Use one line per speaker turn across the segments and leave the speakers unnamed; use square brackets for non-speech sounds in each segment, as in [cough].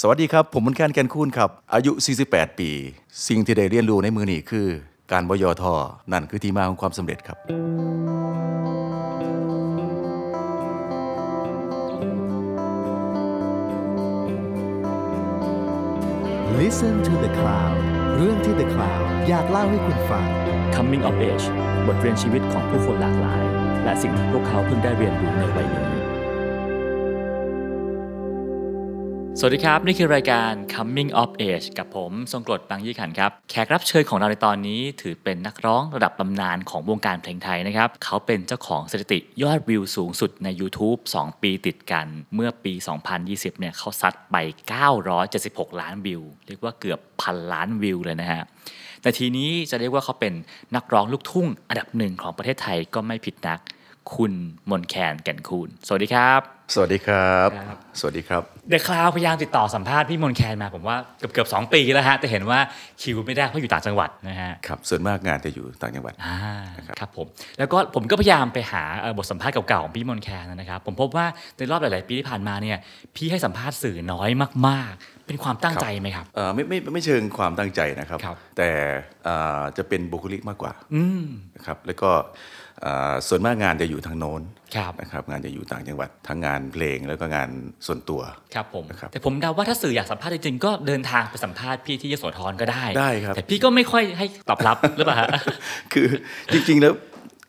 สวัสดีครับ ผมมุนแคนแกนคูนครับ อายุ 48 ปี สิ่งที่ได้เรียนรู้ในมือนี้คือ การบยอทอนั่นคือที่มาของความสำเร็จครับ
Listen to the Cloud เรื่องที่ The Cloud อยากเล่าให้คุณฟัง
Coming of Age บทเรียนชีวิตของผู้คนหลากหลาย และสิ่งที่พวกเขาเพิ่งได้เรียนรู้ในวัยนี้ สวัสดีครับ นี่คือรายการ Coming of Age กับผม ทรงกรดบางยี่ขันครับ แขกรับเชิญของเราในตอนนี้ ถือเป็นนักร้องระดับตำนานของวงการเพลงไทยนะครับ เขาเป็นเจ้าของสถิติยอดวิวสูงสุดใน YouTube 2 ปีติดกัน เมื่อปี 2020 เนี่ยเขาซัดไป 976 ล้านวิว เรียกว่าเกือบพันล้านวิวเลยนะฮะ แต่ทีนี้จะเรียกว่าเขาเป็นนักร้องลูกทุ่งอันดับหนึ่งของประเทศไทยก็ไม่ผิดนัก คุณมนแคนแก่นคูณสวัสดีครับ
สวัสดีครับ สวัสดีครับ
เดอะคลาวพยายามติดต่อสัมภาษณ์พี่มนแคนมาผมว่าเกือบเกือบสองปีแล้วฮะ แต่เห็นว่าคิวไม่ได้เพราะอยู่ต่างจังหวัดนะฮะ
ครับ ส่วนมากงานจะอยู่ต่างจังหวัด
อ่าครับผม แล้วก็ผมก็พยายามไปหาเอ่อบทสัมภาษณ์เก่าๆของพี่มนแคนนะครับ ผมพบว่าในรอบหลาย ๆ ปีที่ผ่านมาเนี่ยพี่ให้สัมภาษณ์สื่อน้อยมาก ๆ เป็นความตั้งใจไหมครับ
เอ่อไม่ไม่ไม่เชิงความตั้งใจนะครับ
ครับ
แต่เอ่อจะเป็นบุคลิกมากกว่านะครับแล้วก็เอ่อส่วนมากงานจะอยู่ทางโน้น
ครับ
นะครับงานจะอยู่ต่างจังหวัดทั้งงานเพลงแล้วก็งานส่วนตัว
ครับผม
นะครับ
แต่ผมเดาว่าถ้าสื่ออยากสัมภาษณ์จริงๆก็เดินทางไปสัมภาษณ์พี่ที่ยโสธรก็ได้
ได้ครับ
แต่พี่ก็ไม่ค่อยให้ตอบรับ หรือเปล่าฮะ [laughs]
คือจริงๆแล้ว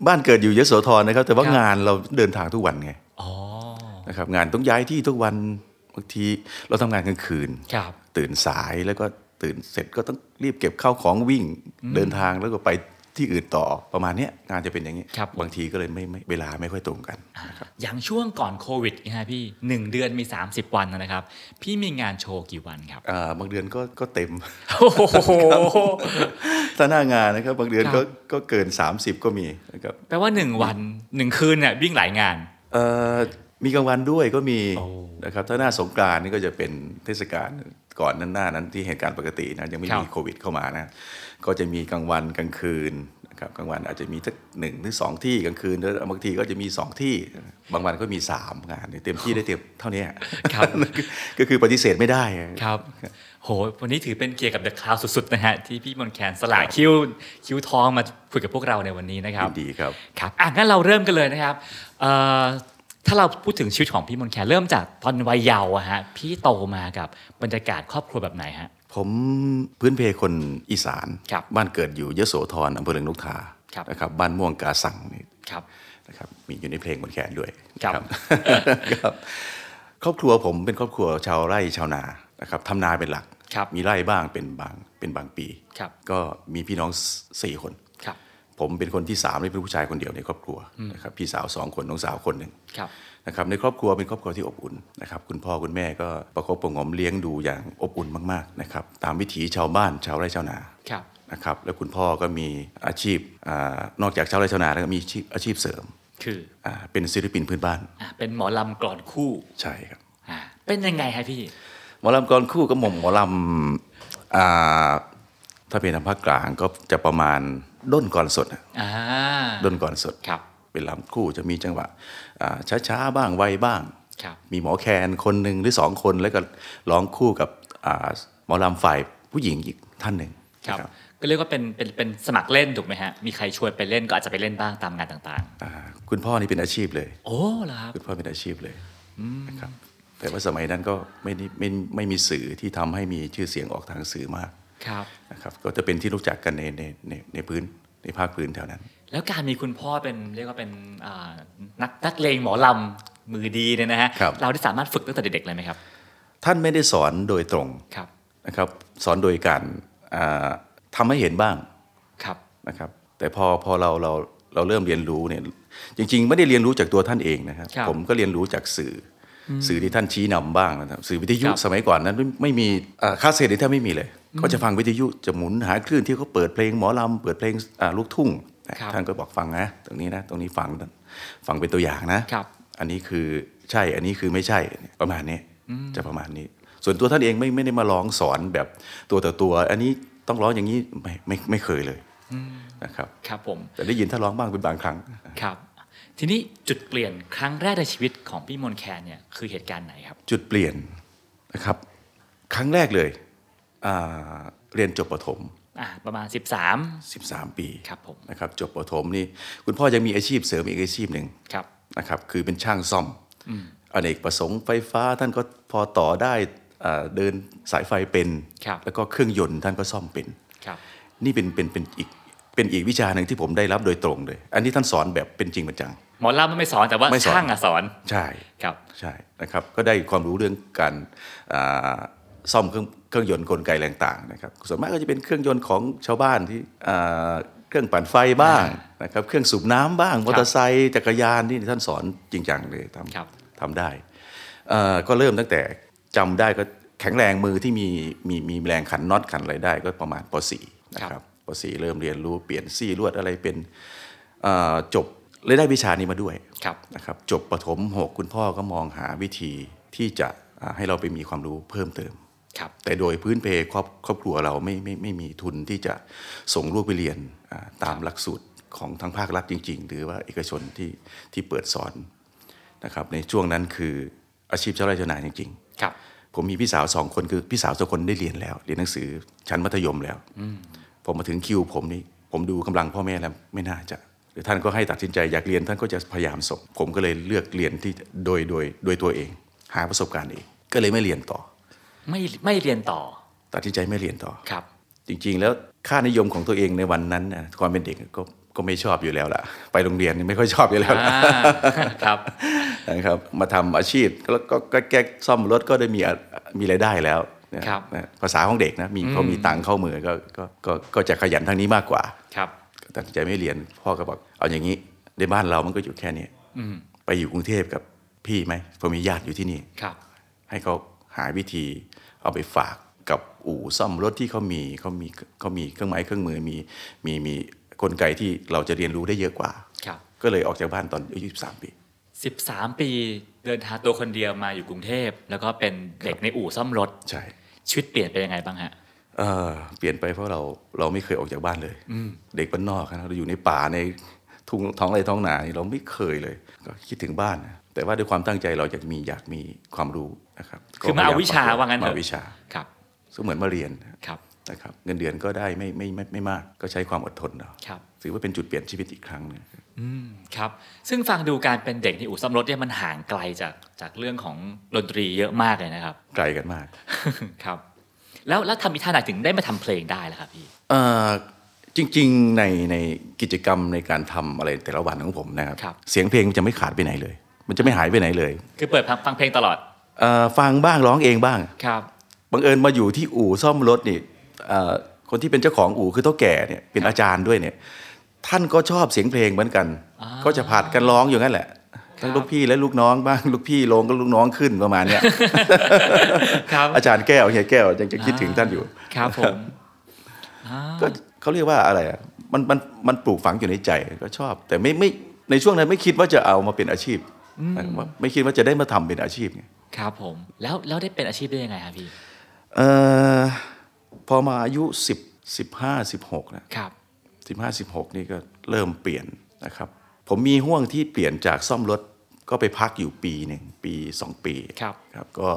บ้านเกิดอยู่ยโสธรนะครับ แต่ว่า
ครับ
งานเราเดินทางทุกวันไง
อ๋อ
นะครับงานต้องย้ายที่ทุกวันบางทีเราทำงานกลางคืน
ครับ
ตื่นสายแล้วก็ตื่นเสร็จก็ต้องรีบเก็บข้าวของวิ่งเดินทางแล้วก็ไปที่อื่นต่อประมาณเนี้ยงานจะเป็นอย่างนี้
ครับ
บางทีก็เลยไม่ไม่เวลาไม่ค่อยตรงกัน
อย่างช่วงก่อนโควิดนะฮะพี่หนึ่งเดือนมี 30 วันนะครับ พี่มีงานโชว์กี่วันครับ
อ่าบางเดือนก็ก็เต็ม
[laughs]
[laughs]
โอ้โห
ถ้าหน้างานนะครับ บางเดือน
ครั
ก็
บ
ก็เกิน 30 ก็มีนะครับ
แปลว่า 1 วัน 1 คืนเนี่ยวิ่งหลายงาน
เอ่อมีกลางวันด้วยก็มี
โอ้
นะครับถ้าหน้าสงกรานต์นี่ก็จะเป็นเทศกาลก่อนนั้นหน้านั้นที่เหตุการณ์ปกตินะยังไม่
ครับ
มีโควิดเข้ามานะก็จะมีกลางวันกลางคืนนะครับกลางวันอาจจะมีสักหนึ่งถึงสองที่กลางคืนแล้วบางทีก็จะมีสองที่ บางวันก็มีสามงานเนี่ยเต็มที่ได้เต็มเท่านี้
ครับ
ก็คือปฏิเสธไม่ได้
ครับ โห วันนี้ถือเป็นเกียรติกับเดอะคลาวสุดๆนะฮะที่พี่มนต์แคนสละคิวคิวทองมาคุยกับพวกเราในวันนี้นะครับ
ยินดีครับ
ครับอ่ะงั้นเราเริ่มกันเลยนะครับเอ่อถ้าเราพูดถึงชีวิตของพี่มนต์แคนเริ่มจากตอนวัยเยาว์อะฮะพี่โตมากับบรรยากาศครอบครัวแบบไหนฮะ
ผมพื้นเพคนอีสาน
ครับ
นเกิดอยู่ยโสธรอำเภอเริงนกทา
ครับ
นะครับบ้านม่วงกาสังนี่
ครับ
นะครับมีอยู่ในเพลงบน [laughs] แขนด้วย
ครับ
ครับ ครอบครัวผมเป็นครอบครัวชาวไร่ชาวนานะครับทำนาเป็นหลัก
ครับ
มีไร่บ้างเป็นบางเป็นบางปี
ครับ
ก็มีพี่น้องสสี่คน
ครับ
ผมเป็นคนที่สามและเป็นผู้ชายคนเดียวในครอบครัวนะครับพี่สาวสองคนน้องสาวคนหนึ่ง
ครับ
นะครับในครอบครัวเป็นครอบครัวที่อบอุ่นนะครับคุณพ่อคุณแม่ก็ประคบประหงมเลี้ยงดูอย่างอบอุ่นมากๆนะครับตามวิถีชาวบ้านชาวไร่ชาวนา
ครับ
นะครับแล้วคุณพ่อก็มีอาชีพอานอกจากชาวไร่ชาวนาแล้วก็มีอาชีพอาชีพเสริม
คือ
อ่าเป็นศิลปินพื้นบ้าน
อ่ะเป็นหมอลำกลอนคู่
ใช่ครับ
อ่ะเป็นยังไงฮะพี่
หมอลำกรคู่ก็หม่อมหมอลำอ่าถ้าเป็นทางภาคกลางก็จะประมาณด้นก่อนสดอะ
อ่า
ด้นก่อนสด
ครับ
เป็นลำคู่จะมีจังหวะอ่าช้าๆบ้างไวบ้าง
ครับ
มีหมอแคนคนหนึ่งหรือสองคนแล้วก็ร้องคู่กับอ่าหมอลำฝ่ายผู้หญิงอีกท่านหนึ่ง
ครับ
นะ
ก็เรียกว่าเป็น เป็น เป็นสมัครเล่นถูกไหมฮะ มีใครชวนไปเล่นก็อาจจะไปเล่นบ้างตามงานต่าง
อ่าคุณพ่อนี่เป็นอาชีพเลย
ๆ โอ้เหรอครับ
คุณพ่อเป็นอาชีพเลยนะครับแต่ว่าสมัยนั้นก็ไม่ได้ไม่ไม่มีสื่อที่ทำให้มีชื่อเสียงออกทางสื่อมาก
ครับ
นะครับก็จะเป็นที่รู้จักกันในในในในพื้นในภาคพื้นแถวนั้น
แล้วการมีคุณพ่อเป็นเรียกว่าเป็นอ่านักนักเลงหมอลำมือดีเนี่ยนะฮะ
ครับ
เราได้สามารถฝึกตั้งแต่เด็กๆเลยไหมครับ
ท่านไม่ได้สอนโดยตรง
ครับ
นะครับสอนโดยการอ่าทำาให้เห็นบ้าง
ครับ
นะครับแต่พอพอเราเราเราเริ่มเรียนรู้เนี่ยจริง ๆ ไม่ได้เรียนรู้จากตัวท่านเองนะครับ
ครับ
ผมก็เรียนรู้จากสื่ออสื่อที่ท่านชี้นำบ้างนะครับสื่อวิทยุ
ครับ
สมัยก่อนนั้นไม่ไม่มีอ่าคาสเซ็ตนี่แทบไม่มีเลยก็จะฟังวิทยุจะหมุนหาคลื่นที่เขาเปิดเพลงหมอลำเปิดเพลงอ่าลูกทุ่งนะครับ ท่านก็บอกฟังนะตรงนี้นะตรงนี้ฟังฟังเป็นตัวอย่างนะครับ อันนี้คือใช่อันนี้คือไม่ใช่ประมาณนี้จะประมาณนี้ ส่วนตัวท่านเองไม่ไม่ได้มาร้องสอนแบบตัวต่อตัว อันนี้ต้องร้องอย่างนี้ไม่ไม่ไม่เคยเลยนะครับ
ครับผม
แต่ได้ยินท่านร้องบ้างเป็นบางครั้ง
ครับ ทีนี้จุดเปลี่ยนครั้งแรกในชีวิตของพี่มนต์แคนเนี่ยคือเหตุการณ์ไหนครับ
จุดเปลี่ยนนะครับ ครั้งแรกเลยอ่าเรียนจบประถม
อ่ะประมาณ 13
13 ปี
ครับผม
นะครับจบประถมนี่คุณพ่อยังมีอาชีพเสริมอีกอาชีพหนึ่ง
ครับ
นะครับคือเป็นช่างซ่อมอเนกประสงค์ไฟฟ้าท่านก็พอต่อได้อ่าเดินสายไฟเป็น
ครับ
แล้วก็เครื่องยนต์ท่านก็ซ่อมเป็น
ครับ
นี่เป็นเป็นเป็นอีกเป็นอีกวิชาหนึ่งที่ผมได้รับโดยตรงเลย อันนี้ท่านสอนแบบเป็นจริงเป็นจัง
หมอลำไม่สอนแต่ว่า
ไม่สอน
ช่างอ่ะสอน
ใช่
ครับ
ใช่นะครับก็ได้ความรู้เรื่องการอ่าซ่อมเครื่องเครื่องยนต์กลไกแรงต่างๆนะครับส่วนมากก็จะเป็นเครื่องยนต์ของชาวบ้านที่อ่าเครื่องปั่นไฟบ้างนะครับเครื่องสูบน้ำบ้างมอเตอร์ไซค์จักรยานนี่ท่านสอนจริงจังเลยทำ
ครับ
ทำได้เอ่อก็เริ่มตั้งแต่จำได้ก็แข็งแรงมือที่มีมีมีแรงขันน็อตขันอะไรได้ก็ประมาณป .4 นะค
ครั
รับบ ป .4 เริ่มเรียนรู้เปลี่ยนซี่ลวดอะไรเป็นเอ่อจบเลยได้วิชานี้มาด้วย
ครับ
นะครับจบประถม 6 คุณพ่อก็มองหาวิธีที่จะอ่าให้เราไปมีความรู้เพิ่มเติม
ครับ
แต่โดยพื้นเพครอบครอบครัวเราไม่ไม่ไม่มีทุนที่จะส่งลูกไปเรียนอ่าตามหลักสูตรของทางภาครัฐจริง ๆ หรือว่าเอกชนที่ที่เปิดสอนนะครับในช่วงนั้นคืออาชีพเจ้าไร่เจ้านายจริง
ครับ
ๆ ผมมีพี่สาวสองคนคือพี่สาวสองคนได้เรียนแล้ว เรียนหนังสือชั้นมัธยมแล้วผมมาถึงคิวผมนี่ผมดูกำลังพ่อแม่แล้วไม่น่าจะ หรือท่านก็ให้ตัดสินใจอยากเรียนท่านก็จะพยายามส่งผมก็เลยเลือกเรียนที่โดยโดยโดยตัวเอง หาประสบการณ์เองก็เลยไม่เรียนต่อ
ไม่ไม่เรียนต่อ
ตัดสินใจไม่เรียนต่อ
ครับ
จริงๆ แล้วค่านิยมของตัวเองในวันนั้นน่ะความเป็นเด็กก็ก็ไม่ชอบอยู่แล้วล่ะ ไปโรงเรียนนี่ไม่ค่อยชอบอยู่แล้วล่ะ
อ่า ครับ
นะครับมาทำอาชีพแล้วก็ก็แก๊กซ่อมรถก็ได้มีอ่ะมีรายได้แล้วนะครับ นะภาษาของเด็กนะมีพอมีตังค์เข้ามือก็ก็ก็ก็จะขยันทางนี้มากกว่า
ครับ
ก็ตัดสินใจไม่เรียนพ่อก็บอกเอาอย่างนี้ในบ้านเรามันก็อยู่แค่นี้ไปอยู่กรุงเทพกับพี่ไหมผมมีญาติอยู่ที่นี่
ครับ
ให้เขาหาวิธีเอาไปฝากกับอู่ซ่อมรถที่เขามีเขามีเขามีเครื่องไม้เครื่องมือมีมีมีกลไกที่เราจะเรียนรู้ได้เยอะกว่า
ครับ
ก็เลยออกจากบ้านตอนอายุ13 ปี
13 ปีเดินทางตัวคนเดียวมาอยู่กรุงเทพ แล้วก็เป็นเด็กในอู่ซ่อมรถ
ใช่
ชีวิตเปลี่ยนไปยังไงบ้างฮะ
เอ่อเปลี่ยนไปเพราะเราเราไม่เคยออกจากบ้านเลยเด็กบ้านนอกนะเราอยู่ในป่าในทุ่งท้องไร่ท้องนานี่เราไม่เคยเลย ก็คิดถึงบ้านนะแต่ว่าด้วยความตั้งใจเราอยากมีอยากมีความรู้นะครับ
คือมาเอาวิชาว่างั้นเถ
มา
อะ
เอาวิชา
ครับ
ก็เหมือนมาเรียน
ครับ
นะครับเงินเดือนก็ได้ไม่ไม่ไม่ไม่มากก็ใช้ความอดทนเนาะ
ครับ
ถือว่าเป็นจุดเปลี่ยนชีวิตอีกครั้งหนึง
อืม ครับ ซึ่งฟังดูการเป็นเด็กในอู่ซ่อมรถเนี่ยมันห่างไกลจากจากเรื่องของดนตรีเยอะมากเลยนะครับ [laughs]
ไกลกันมาก
ครับ แล้วแล้วทำอีท่าไหนถึงได้มาทำเพลงได้ล่ะครับพี่
เอ่อจริงๆในในกิจกรรมในการทำอะไรแต่ละวันของผมนะครับ
ครับ
เสียงเพลงมันจะไม่ขาดไปไหนเลย มันจะไม่หายไปไหนเลย
คือเปิดฟังฟังเพลงตลอด
เอ่อฟังบ้างร้องเองบ้าง
ครับ
บังเอิญมาอยู่ที่อู่ซ่อมรถนี่เอ่อคนที่เป็นเจ้าของอู่คือเท่าแก่เนี่ยเป็นอาจารย์ด้วยเนี่ยท่านก็ชอบเสียงเพลงเหมือนกัน
อ่า
ก็จะผัดกันร้องอยู่งั้นแหละทั้ง
ครับ
ลูกพี่และลูกน้องบ้างลูกพี่ลงก็ลูกน้องขึ้นประมาณเนี้ย
ครับ
อาจารย์แก้วเฮียแก้วยังจะคิดถึงท่านอยู่
ครับผม
ก็เขาเรียกว่าอะไรอ่ะมันมันมันปลูกฝังอยู่ในใจก็ชอบ แต่ไม่ไม่ในช่วงนั้นไม่คิดว่าจะเอามาเป็นอาชีพว่าไม่คิดว่าจะได้มาทำเป็นอาชีพไง
ครับผม แล้วแล้วได้เป็นอาชีพได้ยังไงครับพี่
เออพอมาอายุ 10 15 16นะครับ 15 16 นี่ก็เริ่มเปลี่ยนนะครับ ผมมีห่วงที่เปลี่ยนจากซ่อมรถก็ไปพักอยู่ปีหนึ่งปี 2 ปี
ครับ
ครับก็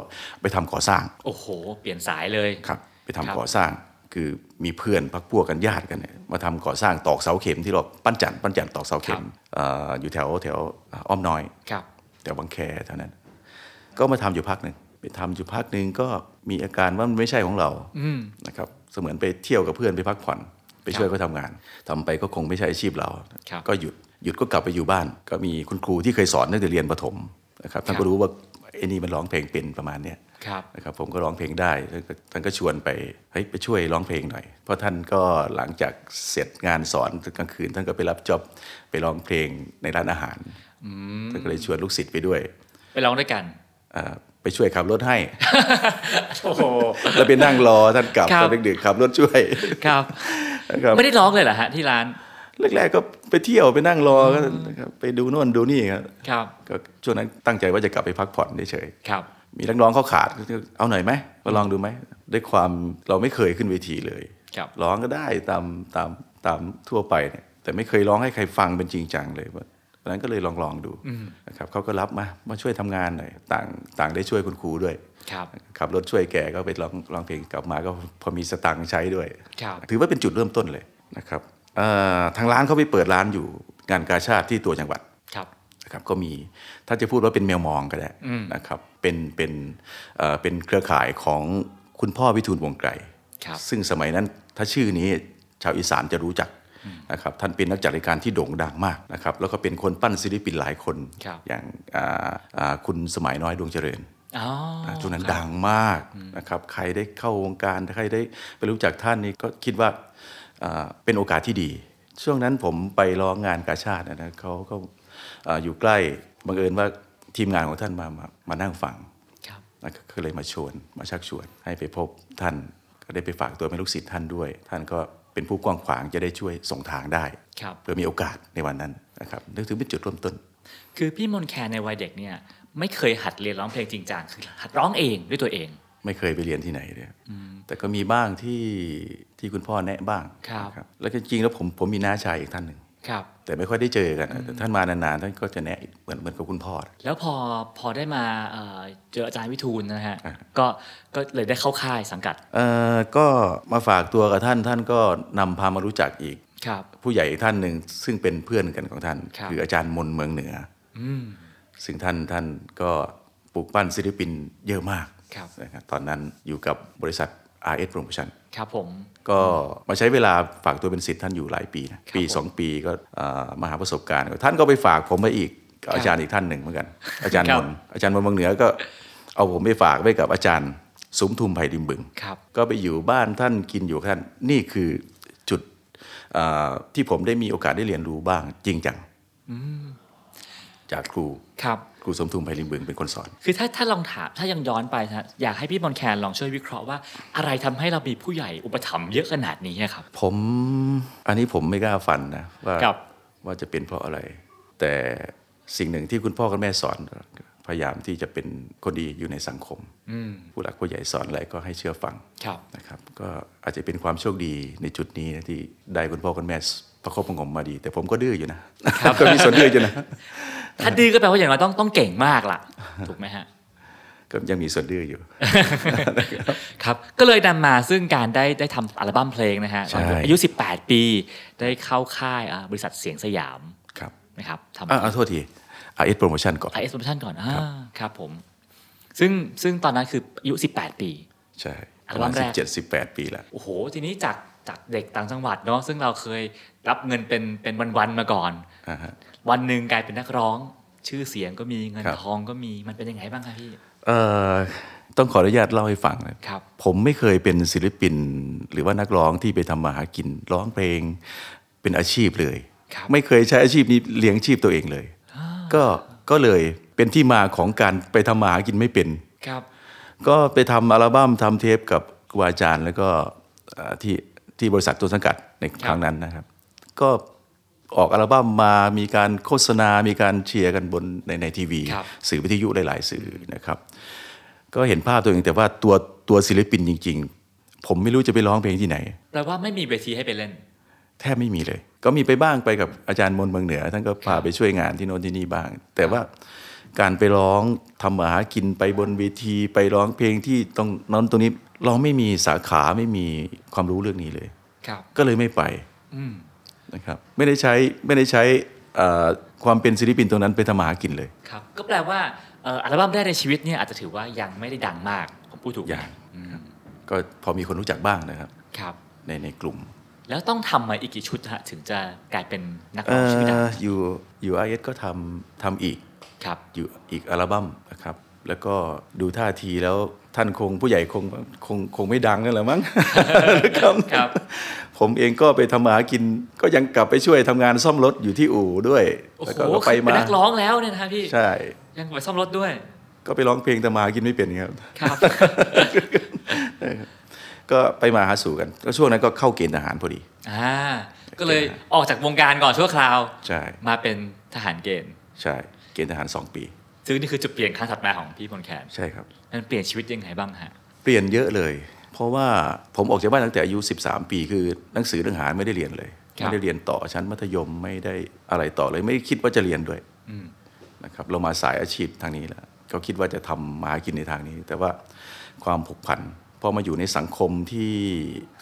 ไปทำก่อสร้าง
โอ้โห เปลี่ยนสายเลย
ครับไปทำ
ครับ
ก่อสร้างคือมีเพื่อนพักพวกกันญาติกันเนี่ยมาทำก่อสร้างตอกเสาเข็มที่เราปั้นจันปั้นจันตอกเสาเข็มเอออยู่แถวแถวอ้อมน้อย
ครับ
แถวบางแคเท่านั้น ก็มาทำอยู่พักหนึ่งไปทำอยู่พักหนึ่งก็มีอาการว่ามันไม่ใช่ของเรานะครับเสมือนไปเที่ยวกับเพื่อนไปพักผ่อน ไปช่วยเขาทำงานทำไปก็คงไม่ใช่อาชีพเรา
ครับ
ก็หยุดหยุดก็กลับไปอยู่บ้าน ก็มีคุณครูที่เคยสอนตั้งแต่เรียนประถมนะครับท่านก็รู้ว่าไอ้นี่มันร้องเพลงเป็นประมาณเนี้ย
ครับ
นะครับผมก็ร้องเพลงได้ท่านก็ท่านก็ชวนไปเฮ้ยไปช่วยร้องเพลงหน่อย เพราะท่านก็หลังจากเสร็จงานสอนกลางคืน ท่านก็ไปรับจ็อบไปร้องเพลงในร้านอาหารท่านก็เลยชวนลูกศิษย์ไปด้วย
ไปร้องด้วยกัน
เอ่อไปช่วยขับรถให้
[laughs] โอ้โห
แล้วไปนั่งรอท่านกลับ
ครับ
ตอนดึกๆขับรถช่วย
ครับ
นะครับ
ไม่ได้ร้องเลยเหรอฮะที่ร้าน
แรกๆก็ไปเที่ยวไปนั่งรอก็นะครับไปดูโน่นดูนี่ครับ
ครับ
ก็ช่วงนั้นตั้งใจว่าจะกลับไปพักผ่อนเฉยๆ
ครับ
มีนักร้องเขาขาดก็เอาหน่อยไหมมาลองดูไหมด้วยความเราไม่เคยขึ้นเวทีเลย
ครับ
ร้องก็ได้ตามตามตามทั่วไปเนี่ยแต่ไม่เคยร้องให้ใครฟังเป็นจริงจังเลยวันนั้นก็เลยลองลองดูนะครับเขาก็รับมามาช่วยทำงานหน่อยต่างต่างได้ช่วยคุณครูด้วย
ครับ
ขับรถช่วยแกก็ไปร้องร้องเพลงกลับมาก็พอมีสตังค์ใช้ด้วย
ครับ
ถือว่าเป็นจุดเริ่มต้นเลยนะครับเอ่อทางร้านเขาไปเปิดร้านอยู่งานกาชาติที่ตัวจังหวัด
ครับ
นะครับก็มีถ้าจะพูดว่าเป็นแมวมองก็ได้นะครับเป็นเป็นเอ่อเป็นเครือข่ายของคุณพ่อวิทูลวงไกร
ครับ
ซึ่งสมัยนั้นถ้าชื่อนี้ชาวอีสานจะรู้จักนะครับท่านเป็นนักจัดรายการที่โด่งดังมากนะครับแล้วก็เป็นคนปั้นศิลปินหลายคน
ครับ
อย่างอ่าอ่าคุณสมัยน้อยดวงเจริญ
อ๋อ
นะช่วงนั้น
ครับ
ดังมากนะครับใครได้เข้าวงการใครได้ไปรู้จักท่านนี่ก็คิดว่าอ่าเป็นโอกาสที่ดี ช่วงนั้นผมไปร้องงานกาชาตินะนะเขาก็อ่าอยู่ใกล้บังเอิญว่าทีมงานของท่านมามามานั่งฟัง
ครับ
นะครับก็เลยมาชวนมาชักชวนให้ไปพบท่านก็ได้ไปฝากตัวเป็นลูกศิษย์ท่านด้วย ท่านก็เป็นผู้กว้างขวางจะได้ช่วยส่งทางได้
ครับ
เพื่อมีโอกาสในวันนั้นนะครับนึกถึงเป็นจุดเริ่มต้น
คือพี่มนต์แคนในวัยเด็กเนี่ย ไม่เคยหัดเรียนร้องเพลงจริงจังคือหัดร้องเองด้วยตัวเอง
ไม่เคยไปเรียนที่ไหนเลยแต่ก็มีบ้างที่ที่คุณพ่อแนะบ้าง
ครับ
นะแล้วก็จริงๆแล้วผมผมมีน้าชายอีกท่านหนึ่ง
ครับ
แต่ไม่ค่อยได้เจอกันนะแต่ท่านมานานๆท่านก็จะแนะเหมือนเหมือนกับคุณพ่อ
แล้วพอพอได้มาเอ่อเจออาจารย์วิทูลนะฮะ
อ่า
ก็ก็เลยได้เข้าค่ายสังกัด
เอ่อก็มาฝากตัวกับท่านท่านก็นำพามารู้จักอีก
ครับ
ผู้ใหญ่อีกท่านหนึ่งซึ่งเป็นเพื่อนกันของท่าน
ครับ
ออาจารย์มนเมืองเหนือ
อืม
ซึ่งท่านท่านก็ปลูกปั้นศิลปินเยอะมาก
ครับ
นะครับตอนนั้นอยู่กับบริษัท RS Promotion
ครับผม
ก็มาใช้เวลาฝากตัวเป็นศิษย์ท่านอยู่หลายปีนะปี
ผม
2 ปีก็เอ่อมาหาประสบการณ์ ท่านก็ไปฝากผมไปอีกกับอาจารย์อีกท่านหนึ่งเหมือนกัน อาจารย์
ครั
ม
บ
นต์อาจารย์มนต์บางเหนือก็เอาผมไปฝากไว้กับอาจารย์สุมทุมไผ่ดิมบึง
ครับ
ก็ไปอยู่บ้านท่านกินอยู่กับท่านนี่คือจุดเอ่อที่ผมได้มีโอกาสได้เรียนรู้บ้างจริงจังจากครู
ครับ
ครูสมทุมไผ่ดิมบึงเป็นคนสอน
คือถ้าถ้าลองถามถ้ายังย้อนไปนะฮะอยากให้พี่มนต์แคนลองช่วยวิเคราะห์ว่า อะไรทำให้เรามีผู้ใหญ่อุปถัมภ์เยอะขนาดนี้อะครับ
ผมอันนี้ผมไม่กล้าฟันนะว่า
ครับ
ว่าจะเป็นเพราะอะไร แต่สิ่งหนึ่งที่คุณพ่อกับแม่สอน พยายามที่จะเป็นคนดีอยู่ในสังคม
อืม
ผู้หลักผู้ใหญ่สอนอะไรก็ให้เชื่อฟัง
ครับ
นะครับก็อาจจะเป็นความโชคดีในจุดนี้นะที่ได้คุณพ่อคุณแม่ประคบประหงมมาดี แต่ผมก็ดื้ออยู่นะ [laughs] ก็มีส่วนดื้ออยู่นะ
ถ้าดื้อก็แปลว่าอย่างน้อยต้องต้องเก่งมากล่ะ ถูกไหมฮะ
ก็ยังมีส่วนดื้ออยู่
ครับ ก็เลยนำมาซึ่งการได้ได้ทำอัลบั้มเพลงนะฮะ
ใช่
ตอนอายุ 18 ปี ได้เข้าค่ายอ่าบริษัทเสียงสยาม
ครับ
นะครับทำ
อ่ะอ่ะโทษทีไอเอสโปรโมชั่นก่อน
ไอเอสโปรโมชั่นก่อนอ่าครับผม ซึ่งซึ่งตอนนั้นคืออายุ 18 ปี
ใช่
อั
ป
ล
ระ
บั้
มาณ
มแร
สิบ
ก
เจ็ดสิบแปดปีละ
โอ้โห ทีนี้จากจากเด็กต่างจังหวัดเนาะซึ่งเราเคยรับเงินเป็นเป็นวันๆมาก่อน
อ่าฮะ
วันหนึ่งกลายเป็นนักร้อง ชื่อเสียงก็มีเงิน
ครับ
ทองก็มีมันเป็นยังไงบ้างครับพี่
เอ่อต้องขออนุญาตเล่าให้ฟังนะ
ครับ
ผมไม่เคยเป็นศิลปิน หรือว่านักร้องที่ไปทำมาหากินร้องเพลงเป็นอาชีพเลย
ครับ
ไม่เคยใช้อาชีพนี้เลี้ยงชีพตัวเองเลย ก็ก็เลยเป็นที่มาของการไปทำมาหากินไม่เป็น
ครับ
ก็ไปทำอัลบั้มทำเทปกับครูอาจารย์ แล้วก็เอ่อที่ที่บริษัทต้นสังกัดในครั้งนั้นนะครับ ก็ออกอัลบั้มมามีการโฆษณา มีการเชียร์กันบนในในทีวี
ครับ
สื่อวิทยุหลายๆสื่อนะครับ ก็เห็นภาพตัวเองแต่ว่าตัวตัวศิลปินจริง ๆ ผมไม่รู้จะไปร้องเพลงที่ไหน
แปลว่าไม่มีเวทีให้ไปเล่น
แทบไม่มีเลย ก็มีไปบ้างไปกับอาจารย์มนต์เมืองเหนือ ท่านก็พาไปช่วยงานที่โน่นที่นี่บ้าง แต่ว่าการไปร้องทำมาหากินไปบนเวทีไปร้องเพลงที่ตรงนั้นตรงนี้เราไม่มีสาขาไม่มีความรู้เรื่องนี้เลย
ครับ
ก็เลยไม่ไป
อืม
นะครับ ไม่ได้ใช้ไม่ได้ใช้เอ่อความเป็นศิลปินตรงนั้นไปทำมาหากินเลย
ครับ ก็แปลว่าเอ่ออัลบั้มแรกในชีวิตเนี่ยอาจจะถือว่ายังไม่ได้ดังมากผมพูดถูกไหม
ยัง ก็พอมีคนรู้จักบ้างนะครับ
ครับ
ในในกลุ่ม
แล้วต้องทำมาอีกกี่ชุดฮะถึงจะกลายเป็นนัก
เอ
ร้องชื่อดัง
ออยู่อยู่ไอเอสก็ทำทำอีก
ครับ
อยู่อีกอัลบั้มนะครับ แล้วก็ดูท่าทีแล้วท่านคงผู้ใหญ่คงคงคงไม่ดังนั่นแหละมั้ง ครับ
[laughs] ครับ
[laughs] ผมเองก็ไปทำมาหากินก็ยังกลับไปช่วยทำงานซ่อมรถอยู่ที่อู่ด้วย
โอ้
แล้ว
โห
ก็ก็ไป
เป็
มาน
นักร้องแล้วเนี่ยนะฮะพี่
ใช่
ยังไปซ่อมรถด้วย
ก็ไปร้องเพลงทำมาหากินไม่เป็นครับ
ครับ
[laughs] ก็ไปมาหาสู่กันก็ช่วงนั้นก็เข้าเกณฑ์ทหารพอดี
อ่า ก็เลยออกจากวงการก่อนชั่วคราว
ใช่
มาเป็นทหารเกณฑ์
ใช่เกณฑ์ทหาร 2 ปี
ซึ่งนี่คือจุดเปลี่ยนครั้งถัดมาของพี่พลแคน
ใช่ครับ
มันเปลี่ยนชีวิตยังไงบ้างฮะ
เปลี่ยนเยอะเลย เพราะว่าผมออกจากบ้านตั้งแต่อายุ 13 ปีคือหนังสือเรื่องหาไม่ได้เรียนเลย
ครับ
ไม่ได้เรียนต่อชั้นมัธยมไม่ได้อะไรต่อเลย ไม่ได้คิดว่าจะเรียนด้วย
อืม
นะครับเรามาสายอาชีพทางนี้แล้ว เขาคิดว่าจะทำมาหากินในทางนี้ แต่ว่าความผูกพันพอมาอยู่ในสังคมที่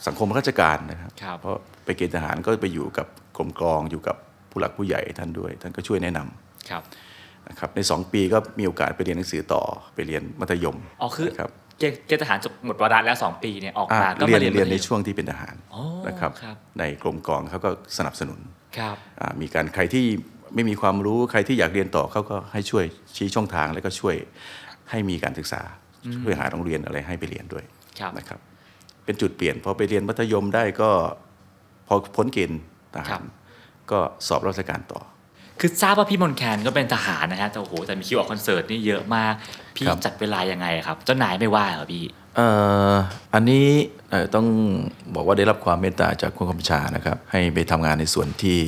สังคมราชการนะครับ
ครับ
เพราะไปเกณฑ์ทหารก็ไปอยู่กับกรมกรองอยู่กับผู้หลักผู้ใหญ่ท่านด้วย ท่านก็ช่วยแนะนำ
ครับ
นะครับใน 2 ปีก็มีโอกาสไปเรียนหนังสือต่อไปเรียนมัธยม
อ๋อคือ
นะครับ
เกณฑ์เกณฑ์ทหารจบหมดวาระแล้ว 2 ปีเนี่ยออก
อ่า
มาก็
เรีย
มาน เรียน
เรียนใน
มัธม
ช่วงที่เป็นทหาร
อ๋อ
นะครับ
ครับ
ในกรมกองเขาก็สนับสนุน
ครับ
อ่ามีการใครที่ไม่มีความรู้ใครที่อยากเรียนต่อเขาก็ให้ช่วยชี้ช่องทางแล้วก็ช่วยให้มีการศึกษาช่วยหาโรงเรียนอะไรให้ไปเรียนด้วย
ครับ
นะครับ เป็นจุดเปลี่ยนพอไปเรียนมัธยมได้ก็พอพ้นเกณฑ์ทหารก็สอบราชการต่อ
คือทราบว่าพี่มนต์แคนก็เป็นทหารนะฮะแต่โอ้โหแต่มีคิวออกคอนเสิร์ตนี่เยอะมาก พี่
ครับ
จัดเวลายังไงครับ เจ้านายไม่ว่าเหรอพี่
เอ่ออันนี้เอ่อต้องบอกว่าได้รับความเมตตาจากคุณคมชานะครับ ให้ไปทำงานในส่วนที่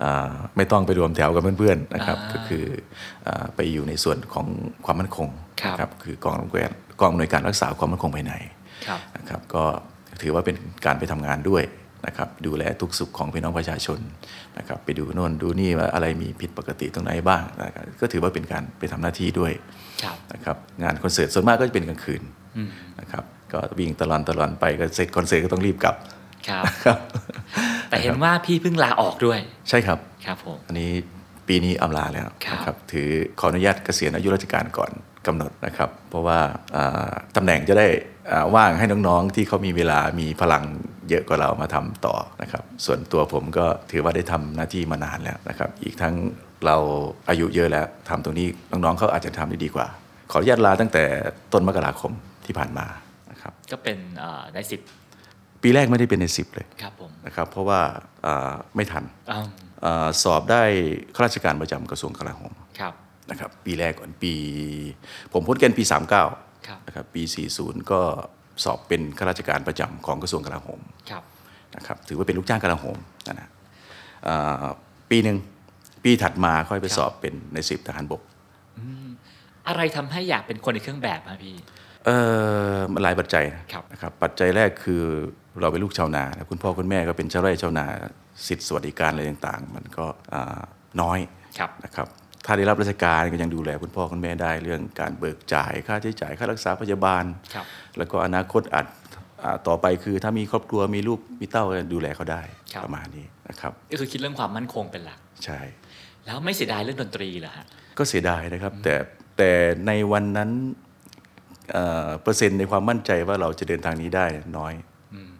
เอ่อไม่ต้องไปรวมแถวกับเพื่อนๆนะครับ
อ่า
ก็คือเอ่อไปอยู่ในส่วนของความมั่นคง
ครับ
นะคือกองอำนวยการกองอำนวยการรักษาความมั่นคงภายใน
ครับ
นะครับก็ถือว่าเป็นการไปทำงานด้วยนะครับดูแลทุกสุขของพี่น้องประชาชนนะครับไปดูโน่นดูนี่ว่าอะไรมีผิดปกติตรงไหนบ้างนะครับก็ถือว่าเป็นการไปทำหน้าที่ด้วย
ครับ
นะครับงานคอนเสิร์ตส่วนมากก็จะเป็นกลางคืนนะครับก็วิ่งตะลอนตะลอนไปก็เสร็จคอนเสิร์ตก็ต้องรีบกลับ
ครับ
ครับ
แต่เห็นว่าพี่เพิ่งลาออกด้วย
ใช่ครับ
ครับผม
อันนี้ปีนี้อำลาแล้วนะครับ ถือขออนุญาตเกษียณอายุราชการก่อนกำหนดนะครับ เพราะว่าอ่าตำแหน่งจะได้อ่าว่างให้น้องๆ ที่เขามีเวลามีพลังเยอะกว่าเรามาทำต่อนะครับ ส่วนตัวผมก็ถือว่าได้ทำหน้าที่มานานแล้วนะครับ อีกทั้งเราอายุเยอะแล้วทำตรงนี้น้องๆเขาอาจจะทำได้ดีกว่า ขออนุญาตลาตั้งแต่ต้นมกราคมที่ผ่านมานะครับ
ก็เป็นเอ่อได้สิบ
ปีแรกไม่ได้เป็นในสิบเลย
ครับผม
นะครับเพราะว่าอ่าไม่ทัน
อ้าว
อ่าสอบได้ข้าราชการประจำกระทรวงกลาโหม
ครับ
นะครับปีแรกก่อนปี ผมพ้นเกณฑ์ปี
ครับ
39นะครับปี 40 ก็สอบเป็นข้าราชการประจำของกระทรวงกลาโหม
ครับ
นะครับถือว่าเป็นลูกจ้างกลาโหมนะนะเอ่อปีหนึ่งปีถัดมาค่อยไป
ครับ
สอบเป็นในสิบทหารบก
อะไรทำให้อยากเป็นคนในเครื่องแบบฮะพี่
เอ่อมันหลายปัจจัยนะครับ นะครับปัจจัยแรกคือเราเป็นลูกชาวนานะคุณพ่อคุณแม่ก็เป็นชาวไร่ชาวนาสิทธิสวัสดิการอะไรต่างๆ มันก็อ่าน้อย
ครับ
นะครับถ้าได้รับราชการก็ยังดูแลคุณพ่อคุณแม่ได้เรื่องการเบิกจ่ายค่าใช้จ่ายค่ารักษาพยาบาล
ครับ
แล้วก็อนาคตอาจอ่าต่อไปคือถ้ามีครอบครัวมีลูกมีเต้าดูแลเขาได้
ครับ
ประมาณนี้นะครับ
ก็คือคิดเรื่องความมั่นคงเป็นหลัก
ใช่
แล้วไม่เสียดายเรื่องดนตรีเหรอฮะ
ก็เสียดายนะครับ แต่แต่ในวันนั้นเอ่อเปอร์เซ็นต์ในความมั่นใจว่าเราจะเดินทางนี้ได้น้อย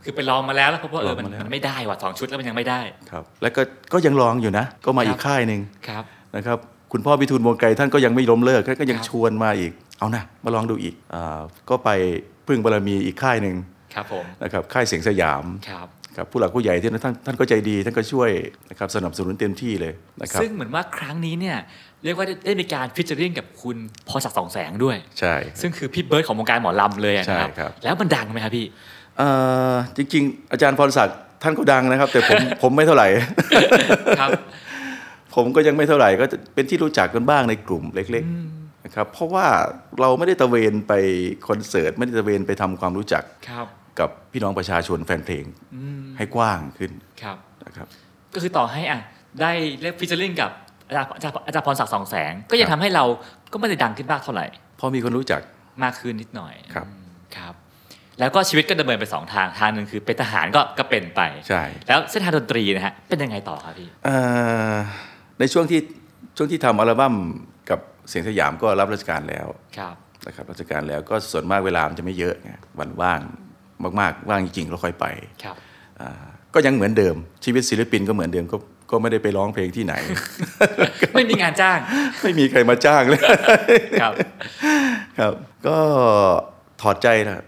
คือไปลองมาแล้วแล้วพบว่าเออมัน
ลองมาแล้ว
มันไม่ได้ว่ะสองชุดแล้วมันยังไม่ได้
ครับแล้วก็ก็ยังลองอยู่นะ ก็มาอีก
ครับ
ค่ายหนึ่ง
ครับ
นะครับคุณพ่อพิทูลวงไกลท่านก็ยังไม่ล้มเลิกท่านก็ยัง
ครับ
ชวนมาอีก เอานะมาลองดูอีกอาก็ไปพึ่งบารมีอีกค่ายหนึ่ง
ครับผม
นะครับค่ายเสียงสยาม
ครับ
กับผู้หลักผู้ใหญ่ที่ท่านท่านก็ใจดี ท่านก็ช่วยนะครับสนับสนุนเต็มที่เลยนะครับ
ซึ่งเหมือนว่าครั้งนี้เนี่ยเรียกว่าได้ได้มีการฟิชเจอริงกับคุณพอศักดิ์สองแสงด้วย
ใช่
ซึ่งคือพี่เบิร์ดของวงการหมอลำเลยอะนะครับ
ใช่ครับ
แล้วมันดังไหมครับพี่
เอ่อจริง ๆ อาจารย์พรศักดิ์ท่านก็ดังนะครับ แต่ผม ผมไม่เท่าไหร่
ครับ
ผมก็ยังไม่เท่าไหร่ก็จะเป็นที่รู้จักกันบ้างในกลุ่มเล็กๆนะครับเพราะว่าเราไม่ได้ตระเวนไปคอนเสิร์ตไม่ได้ตระเวนไปทำความรู้จัก
ครับ
กับพี่น้องประชาชนแฟนเพลง
อืม
ให้กว้างขึ้น
ครับ
นะครับ
ก็คือต่อให้อ่ะได้เรียกฟิชเจอริงกับอาจารย์อาจารย์อาจารย์พรศักดิ์สองแสง ก็ยัง
ครั
ทำ
บ
ให้เราก็ไม่ได้ดังขึ้นมากเท่าไหร่
พอมีคนรู้จัก
มากขึ้นนิดหน่อย
ครับ
อืมครับ แล้วก็ชีวิตก็ดำเนินไปสองทาง ทางหนึ่งคือเป็นทหารก็ก็เป็นไป
ใช่
แล้วเส้นทางดนตรีนะฮะ เป็นยังไงต่อครับพี่
เอ่อในช่วงที่ช่วงที่ทำอัลบั้มกับเสียงสยามก็รับราชการแล้ว
ครับ
นะครับราชการแล้วก็ส่วนมากเวลามันจะไม่เยอะไงวันว่างมากๆว่างจริงๆเราค่อยไป
ครับ
อ่าก็ยังเหมือนเดิมชีวิตศิลปินก็เหมือนเดิมก็ก็ไม่ได้ไปร้องเพลงที่ไหน
ไม่มีงานจ้าง
ไม่มีใครมาจ้างเลย [laughs]
ครับ
ครับก็ถอดใจนะครับ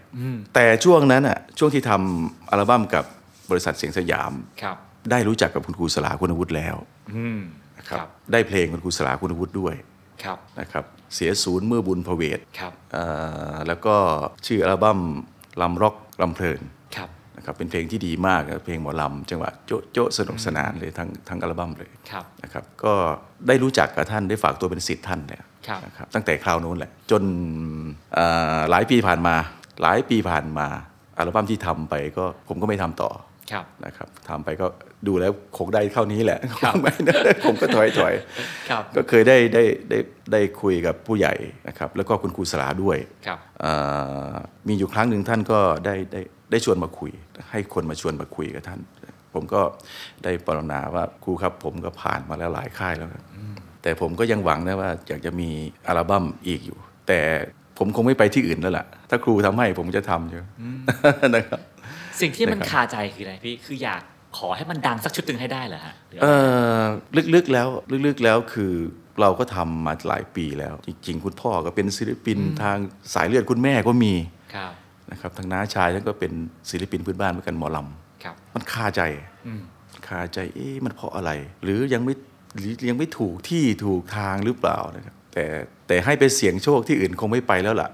แต่ช่วงนั้นอ่ะช่วงที่ทำอัลบั้มกับบริษัทเสียงสยาม
ครับ
ได้รู้จักกับคุณครูสลาคุณวุฒิแล้ว
อืม
นะ
ค
ครับ
รับ
ได้เพลงคุณครูสลาคุณวุฒิด้วย
ครับ
นะครับเสียศูนย์เมื่อบุญพเวท
ครับ
เอ่อแล้วก็ชื่ออัลบั้มลำร็อกลำเพลิน
ครับ
นะครับเป็นเพลงที่ดีมากนะเพลงหมอลำจังหวะโจ๊ะโจ๊ะสนุกสนานเลยทั้งทั้งอัลบั้มเลย
ครับ
นะครับก็ได้รู้จักกับท่านได้ฝากตัวเป็นศิษย์ท่านเลย
ครับ
นะครับตั้งแต่คราวนู้นแหละ จนเอ่อหลายปีผ่านมา หลายปีผ่านมา อัลบั้มที่ทำไปก็ผมก็ไม่ทำต่อ
ครับ
นะครับทำไปก็ดูแล้วคงได้เท่านี้แหละ
ครับ
คง [laughs] ไม่ได้ผมก็ถอยถอย
ครับ
ก็เคยได้ได้ได้ได้คุยกับผู้ใหญ่นะครับแล้วก็คุณครูสลาด้วย
ครับ
เอ่อมีอยู่ครั้งหนึ่งท่านก็ได้ได้ได้ชวนมาคุย ให้คนมาชวนมาคุยกับท่าน ผมก็ได้ปรารถนาว่าครูครับผมก็ผ่านมาแล้วหลายค่ายแล้วครับแต่ผมก็ยังหวังนะว่าอยากจะมีอัลบั้มอีกอยู่ แต่ผมคงไม่ไปที่อื่นแล้วล่ะ ถ้าครูทำให้ผมจะทำอยู่ นะครับ
สิ่งที่มัน
นะครับ
คาใจคืออะไรพี่ คืออยากขอให้มันดังสักชุดหนึ่งให้ได้เหรอฮะหรือ
เอ
ว่า
อลึกๆแล้วลึกๆแล้วคือเราก็ทำมาหลายปีแล้ว จริงๆ คุณพ่อก็เป็นศิลปินทางสายเลือดคุณแม่ก็มี
ครับ
นะครับทางน้าชายท่านก็เป็นศิลปินพื้นบ้านเหมือนกันหมอล
ครับ
ำมันคาใจ
อืม
คาใจเอ๊ะมันเพราะอะไร หรือยังไม่หรือยังไม่ถูกที่ถูกทางหรือเปล่านะครับแต่แต่ให้ไปเสี่ยงโชคที่อื่นคงไม่ไปแล้วล่ะ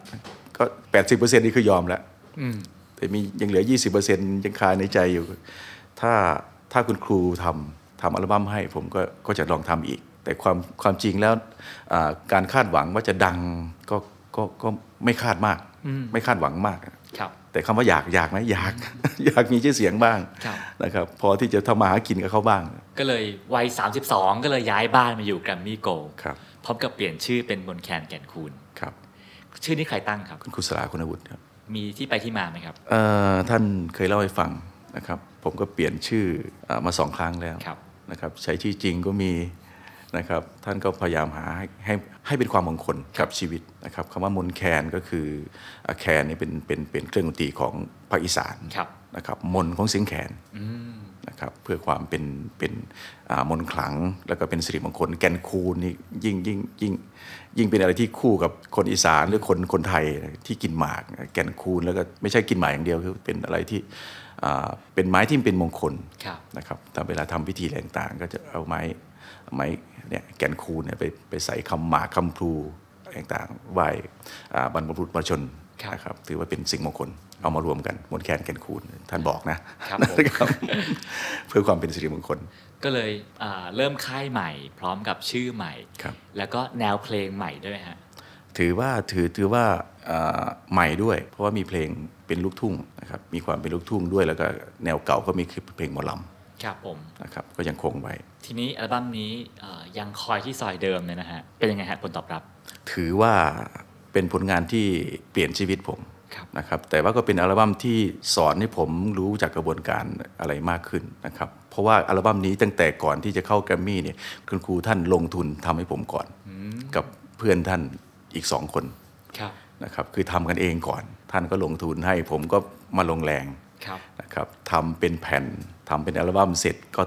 ก็ 80%นี่คือยอมแล้ว
อืม
แต่มียังเหลือ 20%ยังคาในใจอยู่ ถ้าถ้าคุณครูทำทำอัลบั้มให้ผมก็ก็จะลองทำอีก แต่ความความจริงแล้วอ่าการคาดหวังว่าจะดังก็ก็ก็ไม่คาดมาก
อืม
ไม่คาดหวังมาก
ครับ
แต่คำว่าอยากอยากไหมอยาก [laughs] อยากมีชื่อเสียงบ้าง
ครับ
นะครับพอที่จะทำมาหากินกับเขาบ้าง
ก็เลยวัย 32 ก็เลยย้ายบ้านมาอยู่แกรมมี่โกลด์
ครับ
พร้อมกับเปลี่ยนชื่อเป็นมนแคนแก่นคูณ
ครับ
ชื่อนี้ใครตั้งครับ
คุณครูสลาคุณวุฒิครับ
มีที่ไปที่มาไหมครับ
เอ่อท่านเคยเล่าให้ฟังนะครับผมก็เปลี่ยนชื่อเออมาสองครั้งแล้ว
ครับ
นะครับใช้ชื่อจริงก็มีนะครับท่านก็พยายามหาให้ให้ให้เป็นความมงคลกับชีวิตนะครับคำว่ามนต์แคนก็คืออ่ะแคนนี่เป็นเป็นเป็นเครื่องดนตรีของภาคอีสาน
ครับ
นะครับมนต์ของเสียงแขนนะครับเพื่อความเป็นเป็นอ่ามนต์ขลังแล้วก็เป็นสิริมงคลแก่นคูณนี่ยิ่งยิ่งยิ่งยิ่งเป็นอะไรที่คู่กับคนอีสานหรือคนคนไทยที่กินหมากแก่นคูณแล้วก็ไม่ใช่กินหมากอย่างเดียวคือเป็นอะไรที่อ่าเป็นไม้ที่เป็นมงคล
ครับ
นะครับแต่เวลาทำพิธีอะไรต่างๆ ก็จะเอาไม้ไม้เนี่ยแก่นคูณเนี่ยไปไปใส่คำหมากคำพลูอะไรต่างๆไหว้อ่าบรรพบุรุษบรรพชน
ครับ
นะครับถือว่าเป็นสิ่งมงคลเอามารวมกันมนต์แคนแกันคูณท่านบอกนะครับ [laughs]
ผม
นะครับเพื่อความเป็นสิริมงคล
ก็เลยอ่าเริ่มค่ายใหม่ พร้อมกับชื่อใหม่
ครับ
แล้วก็แนวเพลงใหม่ด้วยไหมฮะ
ถือว่าถือถือว่าเอ่อใหม่ด้วย เพราะว่ามีเพลงเป็นลูกทุ่งนะครับมีความเป็นลูกทุ่งด้วยแล้วก็แนวเก่าก็มีคือเพลงหมอล
ครับผม
ำนะครับก็ยังคงไว้
ทีนี้อัลบั้มนี้เอ่อยังคอยที่ซอยเดิมเลยนะฮะ เป็นยังไงฮะผลตอบรับ
ถือว่าเป็นผลงานที่เปลี่ยนชีวิตผม
ครับ
นะครับแต่ว่าก็เป็นอัลบั้มที่สอนให้ผมรู้จากกระบวนการอะไรมากขึ้นนะครับเพราะว่าอัลบั้มนี้ตั้งแต่ก่อนที่จะเข้าแกรมมี่เนี่ยคุณครูท่านลงทุนทำให้ผมก่อน กับเพื่อนท่านอีกสองคน
ครับ
นะครับคือทำกันเองก่อน ท่านก็ลงทุนให้ผมก็มาลงแรง
ครับ
นะครับทำเป็นแผ่นทำเป็นอัลบั้มเสร็จก็